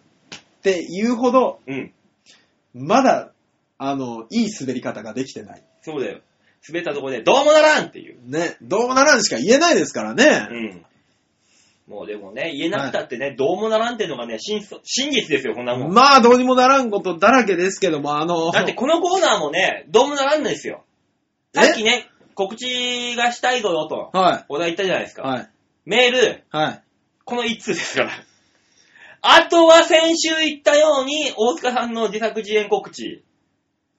[SPEAKER 1] て言うほど、
[SPEAKER 2] うん。
[SPEAKER 1] まだ、あの、いい滑り方ができてない。
[SPEAKER 2] そうだよ。滑ったとこで、どうもならんっていう。
[SPEAKER 1] ね、どうもならんしか言えないですからね。
[SPEAKER 2] うん。もうでもね、言えなくたってね、どうもならんっていうのがね、真相真実ですよ、こんなもん。
[SPEAKER 1] まあ、どうにもならんことだらけですけども、あの、
[SPEAKER 2] だってこのコーナーもね、どうもならんですよ。さ
[SPEAKER 1] え
[SPEAKER 2] っきね、告知がしたいぞよと、
[SPEAKER 1] は
[SPEAKER 2] お題言ったじゃないです
[SPEAKER 1] い、
[SPEAKER 2] か。
[SPEAKER 1] はい、
[SPEAKER 2] メール、
[SPEAKER 1] はい。
[SPEAKER 2] この1通ですから。あとは先週言ったように、大塚さんの自作自演告知。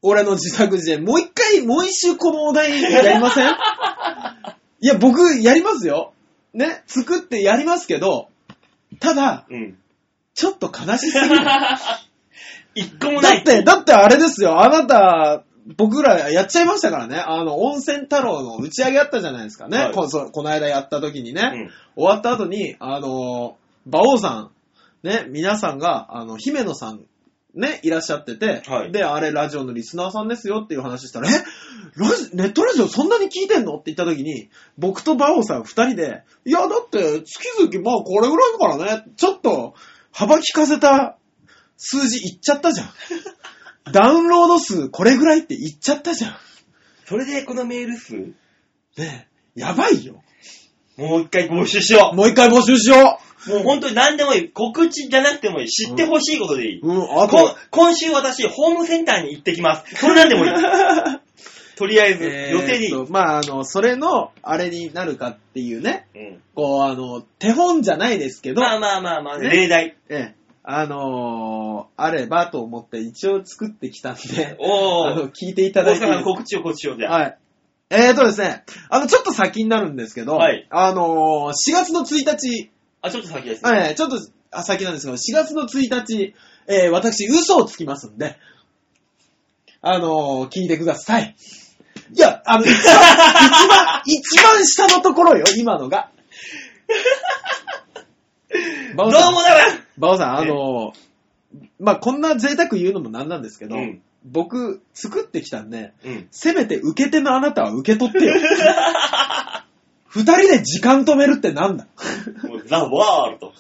[SPEAKER 1] 俺の自作自演、もう一回、もう一周このお題やりま せんいや、僕、やりますよ。ね、作ってやりますけど、ただ、
[SPEAKER 2] うん。
[SPEAKER 1] ちょっと悲しすぎる。
[SPEAKER 2] 一個もな
[SPEAKER 1] だっ
[SPEAKER 2] い。
[SPEAKER 1] て、だってあれですよ、あなた、僕らやっちゃいましたからね、あの、温泉太郎の打ち上げあったじゃないですかね、
[SPEAKER 2] はい
[SPEAKER 1] こそこの間やった時にね、
[SPEAKER 2] うん
[SPEAKER 1] 終わった後に、あの、馬王さん、ね、皆さんが、あの、姫野さん、ね、いらっしゃってて、
[SPEAKER 2] はい
[SPEAKER 1] で、あれ、ラジオのリスナーさんですよっていう話したら、えラジネットラジオそんなに聞いてんのって言った時に、僕と馬王さん二人で、いや、だって、月々、まあ、これぐらいだからね、ちょっと、幅利かせた数字言っちゃ ったじゃん。ダウンロード数これぐらいって言っちゃったじゃん。
[SPEAKER 2] それでこのメール数、
[SPEAKER 1] ねえ、やばいよ。
[SPEAKER 2] もう一回募集しよ
[SPEAKER 1] もう一回募集しよ
[SPEAKER 2] う。もう本当に何でもいい。告知じゃなくてもいい。知ってほしいことでいい。
[SPEAKER 1] う。うん、あ
[SPEAKER 2] こ
[SPEAKER 1] と、
[SPEAKER 2] 今週私、ホームセンターに行ってき ます。それなんでもいい。とりあえず、予定でいい。
[SPEAKER 1] えーっとまあ、あの、それの、あれになるかっていうね、
[SPEAKER 2] うん
[SPEAKER 1] こう、あの、手本じゃないですけど、
[SPEAKER 2] まあまあまあまあね、
[SPEAKER 1] ね
[SPEAKER 2] 例題。
[SPEAKER 1] ええ、あのーあればと思って一応作ってきたんで、
[SPEAKER 2] お
[SPEAKER 1] あ
[SPEAKER 2] ー
[SPEAKER 1] の、。聞いていただ
[SPEAKER 2] 大
[SPEAKER 1] いて
[SPEAKER 2] 塚
[SPEAKER 1] い
[SPEAKER 2] さん
[SPEAKER 1] いですか
[SPEAKER 2] 告知を告知をじゃあ。
[SPEAKER 1] はい。えーとですね、あの、ちょっと先になるんですけど、
[SPEAKER 2] はい
[SPEAKER 1] あのー4月の1日、
[SPEAKER 2] あ、ちょっと先ですね。
[SPEAKER 1] えーちょっとあ先なんですけど、4月の1日、えー私、嘘をつきますんで、あのー聞いてください。いや、あの、一番、 一番、一番下のところよ、今のが。バ
[SPEAKER 2] どう
[SPEAKER 1] オ
[SPEAKER 2] も
[SPEAKER 1] さん、
[SPEAKER 2] だな
[SPEAKER 1] バオさん、あの、まあ、こんな贅沢言うのもなんなんですけど、
[SPEAKER 2] うん
[SPEAKER 1] 僕、作ってきたんで、
[SPEAKER 2] うん。
[SPEAKER 1] せめて受け手のあなたは受け取って よ。二人で時間止めるってなんだ
[SPEAKER 2] もうザ・ワールド。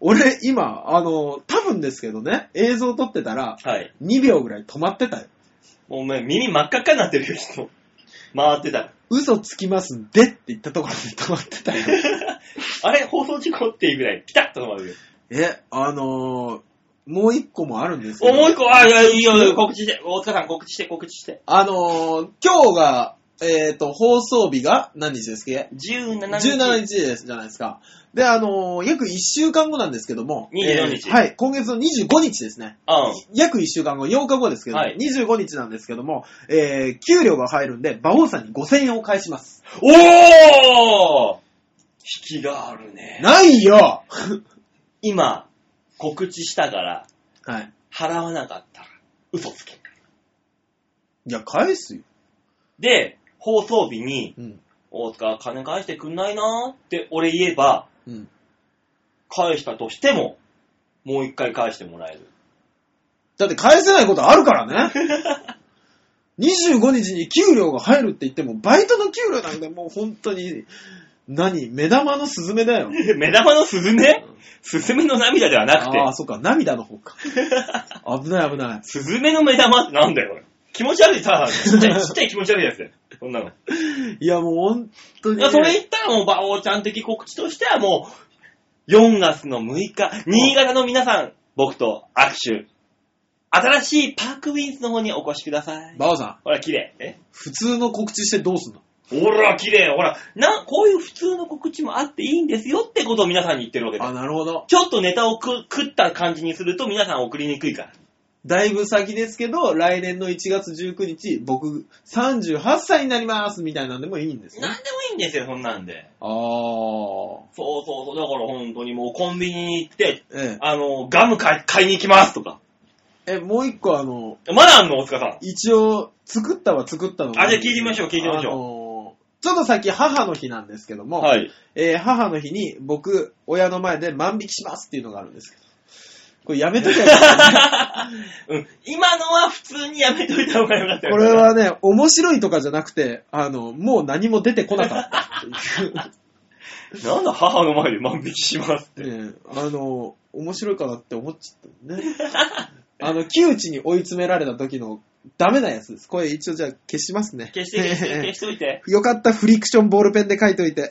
[SPEAKER 1] 俺、今、あの、多分ですけどね、映像撮ってたら、
[SPEAKER 2] はい。
[SPEAKER 1] 2秒ぐらい止まってたよ。
[SPEAKER 2] もうお前耳真っ赤っかになってるよ、人。回ってた。
[SPEAKER 1] 嘘つきますんでって言ったところで止まってたよ。
[SPEAKER 2] あれ放送事故っていうぐらい、ピタッと止まるよ。
[SPEAKER 1] え、あのーもう一個もあるんです
[SPEAKER 2] お、
[SPEAKER 1] けど
[SPEAKER 2] もう一個、あ、いや、いいよ、いいよ告知して。大塚さん、告知して、告知して。
[SPEAKER 1] あのー今日が、えっ、と、放送日が何日ですっけ
[SPEAKER 2] 17日。
[SPEAKER 1] 17日ですじゃないですか。で、あのー約1週間後なんですけども、
[SPEAKER 2] 24日
[SPEAKER 1] えーはい、今月の25日ですね。
[SPEAKER 2] う
[SPEAKER 1] 約1週間後、8日後ですけど、
[SPEAKER 2] はい
[SPEAKER 1] 25日なんですけども、えー、給料が入るんで、馬王さんに5000円を返しま
[SPEAKER 2] ん。
[SPEAKER 1] す。
[SPEAKER 2] おー引きがあるね。
[SPEAKER 1] ないよ
[SPEAKER 2] 今、告知したから、
[SPEAKER 1] はい。
[SPEAKER 2] 払わなかったら、嘘つけ。
[SPEAKER 1] いや、返すよ。
[SPEAKER 2] で、放送日に、
[SPEAKER 1] うん。
[SPEAKER 2] 大塚、金返してくんないなーって俺言えば、
[SPEAKER 1] うん。
[SPEAKER 2] 返したとしても、もう一回返してもらえる。
[SPEAKER 1] だって返せないことあるから ね。25日に給料が入るって言っても、バイトの給料なんてもう本当に、何目玉のスズメだよ。
[SPEAKER 2] 目玉のスズメスズメの涙ではなくて
[SPEAKER 1] ああ、、そっか、涙の方か。危ない危ない。
[SPEAKER 2] スズメの目玉ってなんだよ、これ。気持ち悪いさ、ちっちゃい、ちっちゃい気持ち悪いやつだよ。こんなの。い
[SPEAKER 1] いや、もう本当にね、
[SPEAKER 2] や、それ言ったらもう、馬王ちゃん的告知としてはもう、4月の6日、新潟の皆さん、僕と握手。新しいパークウィンズの方にお越しください。
[SPEAKER 1] バオさん、
[SPEAKER 2] ほら、綺麗。え
[SPEAKER 1] 普通の告知してどうすんの
[SPEAKER 2] ほら、綺麗。ほら、な、こういう普通の告知もあっていいんですよってことを皆さんに言ってるわけで
[SPEAKER 1] あ、
[SPEAKER 2] す。
[SPEAKER 1] なるほど。
[SPEAKER 2] ちょっとネタをく食った感じにすると皆さん送りにくいから。
[SPEAKER 1] だいぶ先ですけど、来年の1月19日、僕、38歳になりますみたいなんでもいいんですね。
[SPEAKER 2] なんでもいいんですよ、そんなんで。
[SPEAKER 1] ああ。
[SPEAKER 2] そうそうそう。だから本当にもうコンビニに行って、
[SPEAKER 1] え
[SPEAKER 2] あの、ガム買い買いに行きますとか。
[SPEAKER 1] え、えもう一個あの、
[SPEAKER 2] まだあんの大塚さん。
[SPEAKER 1] 一応、作ったは作ったの
[SPEAKER 2] あ、じゃあ聞いてみましょう、聞いてみまし
[SPEAKER 1] あ
[SPEAKER 2] ょ
[SPEAKER 1] のーちょっとさっき母の日なんですけど
[SPEAKER 2] う。
[SPEAKER 1] も、
[SPEAKER 2] はい。
[SPEAKER 1] えー母の日に僕、親の前で万引きしますっていうのがあるんですけど、これやめとけばよか ったね
[SPEAKER 2] うん。今のは普通にやめといた方がよかったよ
[SPEAKER 1] これ。はね、面白いとかじゃなくて、あの、もう何も出てこなかったっていう。
[SPEAKER 2] なんだ母の前で万引きしますって。
[SPEAKER 1] ねえ、あの、面白いかなって思っちゃったもんね。あの、窮地に追い詰められた時のダメなやつです。これ一応じゃあ消しますね。
[SPEAKER 2] 消して消して消しておいて。
[SPEAKER 1] よかった、フリクションボールペンで書いとい
[SPEAKER 2] そ
[SPEAKER 1] て。
[SPEAKER 2] う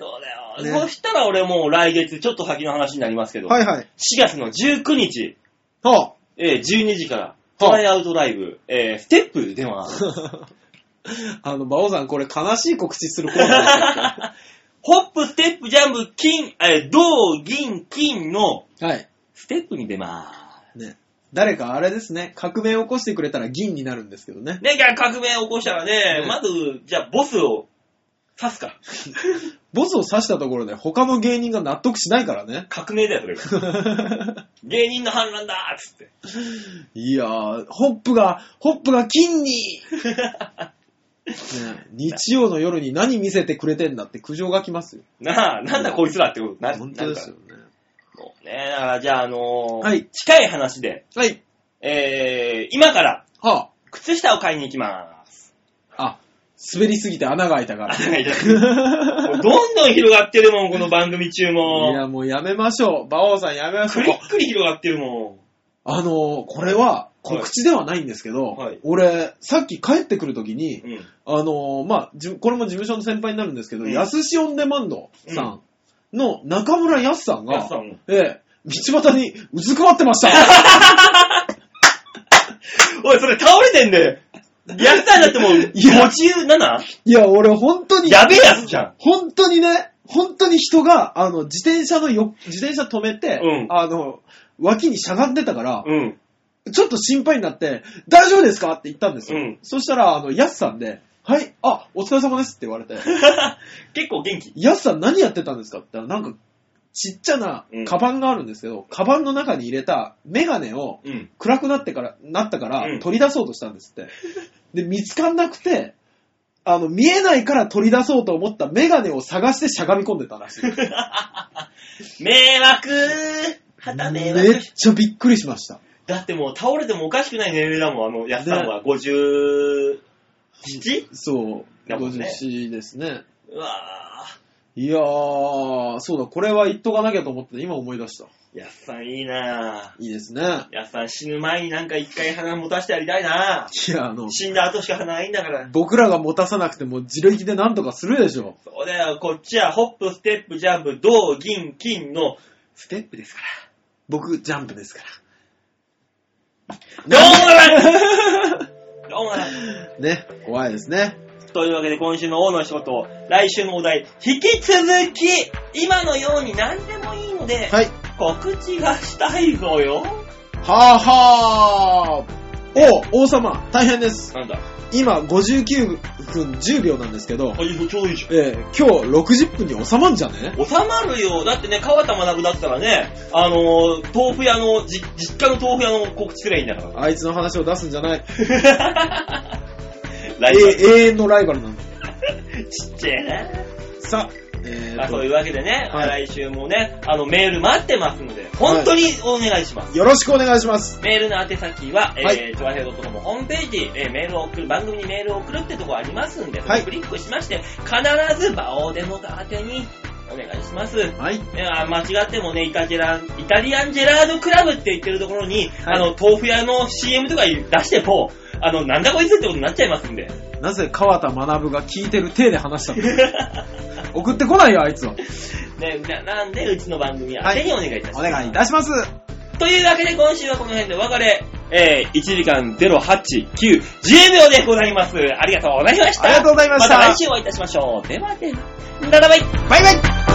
[SPEAKER 2] だ
[SPEAKER 1] ね
[SPEAKER 2] よ。そしたら俺もう来月、ちょっと先の話になりますけど、
[SPEAKER 1] はいはい。
[SPEAKER 2] 4月の19日、
[SPEAKER 1] は
[SPEAKER 2] えー12時から、トライアウトライブ、えーステップで は、
[SPEAKER 1] あ、あの、馬王さん、これ悲しい告知するコーナーで
[SPEAKER 2] ホップ、ステップ、ジャンプ、金、えー銅、銀、金の、
[SPEAKER 1] すよはい。
[SPEAKER 2] ステップに出ま
[SPEAKER 1] ね。誰かあれですね、革命を起こしてくれたら銀になるんですけどね
[SPEAKER 2] す。。ね、じゃあ革命を起こしたらね、
[SPEAKER 1] ね
[SPEAKER 2] まず、じゃあボスを刺すか。
[SPEAKER 1] ボスを刺したところで他の芸人が納得しないからね。
[SPEAKER 2] 革命だよ、それが。芸人の反乱だーっつって。
[SPEAKER 1] いやー、ホップが、ホップが金 に、ね日曜の夜に何見せてくれてんだって苦情が来ますよ。
[SPEAKER 2] なあ、なんだこいつらってことにな
[SPEAKER 1] 本当ですよね。
[SPEAKER 2] そうね、だからじゃあ、あのー
[SPEAKER 1] はい
[SPEAKER 2] 近い話で、
[SPEAKER 1] はい。
[SPEAKER 2] えー、今から、
[SPEAKER 1] は
[SPEAKER 2] 靴下を買いに行きます。
[SPEAKER 1] あ、あ、滑りすぎて穴が開いたか
[SPEAKER 2] あ
[SPEAKER 1] ら。
[SPEAKER 2] なんか痛いもう どんどん広がってるもん、この番組中
[SPEAKER 1] い
[SPEAKER 2] も。
[SPEAKER 1] や、もうやめましょう。馬王さんやめまし
[SPEAKER 2] く
[SPEAKER 1] ょう
[SPEAKER 2] り。っくり広がってるも
[SPEAKER 1] あのー、これは告知ではないんですけど、
[SPEAKER 2] はい
[SPEAKER 1] 俺、さっき帰ってくるとき
[SPEAKER 2] ん。
[SPEAKER 1] に
[SPEAKER 2] う、ん。
[SPEAKER 1] あのー、まあ、じゅこれも事務所の先輩になるんですけど、
[SPEAKER 2] うん
[SPEAKER 1] やすしオンデマンドさんの中村やすさん
[SPEAKER 2] や
[SPEAKER 1] が
[SPEAKER 2] すさん、
[SPEAKER 1] ええ、道端にうずくまってました。
[SPEAKER 2] おい、それ倒れてんだよ。やったんだってもう、
[SPEAKER 1] いや
[SPEAKER 2] 持ち 7?
[SPEAKER 1] いや、俺本当に、
[SPEAKER 2] やべえやつじゃん。
[SPEAKER 1] 本当にね、本当に人が、あの、自転車のよ、自転車止めて、
[SPEAKER 2] うん
[SPEAKER 1] あの、脇にしゃがんでたから、
[SPEAKER 2] うん。
[SPEAKER 1] ちょっと心配になって、大丈夫ですかって言ったんですよ。
[SPEAKER 2] うん
[SPEAKER 1] そしたら、あの、ヤスさんで、はい、あ、お疲れ様ですって言われて、
[SPEAKER 2] 結構元気。
[SPEAKER 1] ヤスさん何やってたんですかって言ったら、なんか、ちっちゃな
[SPEAKER 2] うん、
[SPEAKER 1] カバンがあるんですけど、カバンの中に入れたメガネを、
[SPEAKER 2] うん。
[SPEAKER 1] 暗くなってから、なったか
[SPEAKER 2] うん
[SPEAKER 1] ら、取り出そうとしたんですって。で、見つかんなくて、あの、見えないから取り出そうと思ったメガネを探してしゃがみ込んでたらしい。
[SPEAKER 2] 迷惑肌迷
[SPEAKER 1] め
[SPEAKER 2] 惑
[SPEAKER 1] っちゃびっくりしました。
[SPEAKER 2] だってもう倒れてもおかしくない年齢だもん、あの、安さんは。57?
[SPEAKER 1] そう、
[SPEAKER 2] だもんね
[SPEAKER 1] 54ですね。
[SPEAKER 2] うわぁ。
[SPEAKER 1] いやー、そうだ、これは言っとかなきゃと思って、今思い出した。
[SPEAKER 2] 安さんいいなぁ。
[SPEAKER 1] いいですね。
[SPEAKER 2] 安さん死ぬ前になんか一回鼻持たしてやりたいない
[SPEAKER 1] や、あの
[SPEAKER 2] ぁ。、死んだ後しか鼻ないんだから。
[SPEAKER 1] 僕らが持たさなくても自力でなんとかするでしょ。
[SPEAKER 2] そうだよ、こっちはホップ、ステップ、ジャンプ、銅、銀、金のステップですから。
[SPEAKER 1] 僕、ジャンプですから。
[SPEAKER 2] どうもだどうもだ
[SPEAKER 1] ね、怖いですね。
[SPEAKER 2] というわけで今週の王の仕事を、来週のお題、引き続き、今のように何でもいいので、
[SPEAKER 1] はい。
[SPEAKER 2] 告知がしたいぞよ。
[SPEAKER 1] はあはあお王様、大変です。
[SPEAKER 2] なんだ、
[SPEAKER 1] 今、59分10秒なんですけど、
[SPEAKER 2] あ、いいぞ、超いいじ
[SPEAKER 1] えー今日60分に収まんじゃね
[SPEAKER 2] ゃん。収まるよ。だってね、川田学だったらね、あのー、豆腐屋の、じ実家の豆腐屋の告知すりゃいいんだから。
[SPEAKER 1] あいつの話を出すんじゃない。 え
[SPEAKER 2] 来週、
[SPEAKER 1] 永遠のライバルなんだ。
[SPEAKER 2] ちっちゃいな。
[SPEAKER 1] さあ、え
[SPEAKER 2] まあ、
[SPEAKER 1] ー
[SPEAKER 2] そう
[SPEAKER 1] と
[SPEAKER 2] いうわけでね、
[SPEAKER 1] はい
[SPEAKER 2] 来週もね、あの、メール待ってますので、本当にお願いします。
[SPEAKER 1] よろしくお願いします。
[SPEAKER 2] メールの宛先は、
[SPEAKER 1] は
[SPEAKER 2] えー、ちょわへい .com ホームページ、えーメールを送る、番組にメールを送るってとこありますんで、
[SPEAKER 1] はい
[SPEAKER 2] そこクリックしまして、必ず、バオデモカ宛てに、お願いします。
[SPEAKER 1] はい。
[SPEAKER 2] いや間違ってもね、イタジェラン、イタリアンジェラードクラブって言ってるところに、
[SPEAKER 1] はい
[SPEAKER 2] あの、豆腐屋の CM とか出しても、あの、なんだこいつってことになっちゃいますんで。
[SPEAKER 1] なぜ川田学が聞いてる手で話したの送ってこないよ、あい つは。
[SPEAKER 2] ね、ななんで、うちの番組宛てにお願いいたします。
[SPEAKER 1] お願いいたします。
[SPEAKER 2] というわけで今週はこの辺でお別れ、えー、1時間089、10秒でございます。ありがとうございました。
[SPEAKER 1] ありがとうございました
[SPEAKER 2] また来週お会いいたしましょう。ではでは、ならばい。
[SPEAKER 1] バイバイ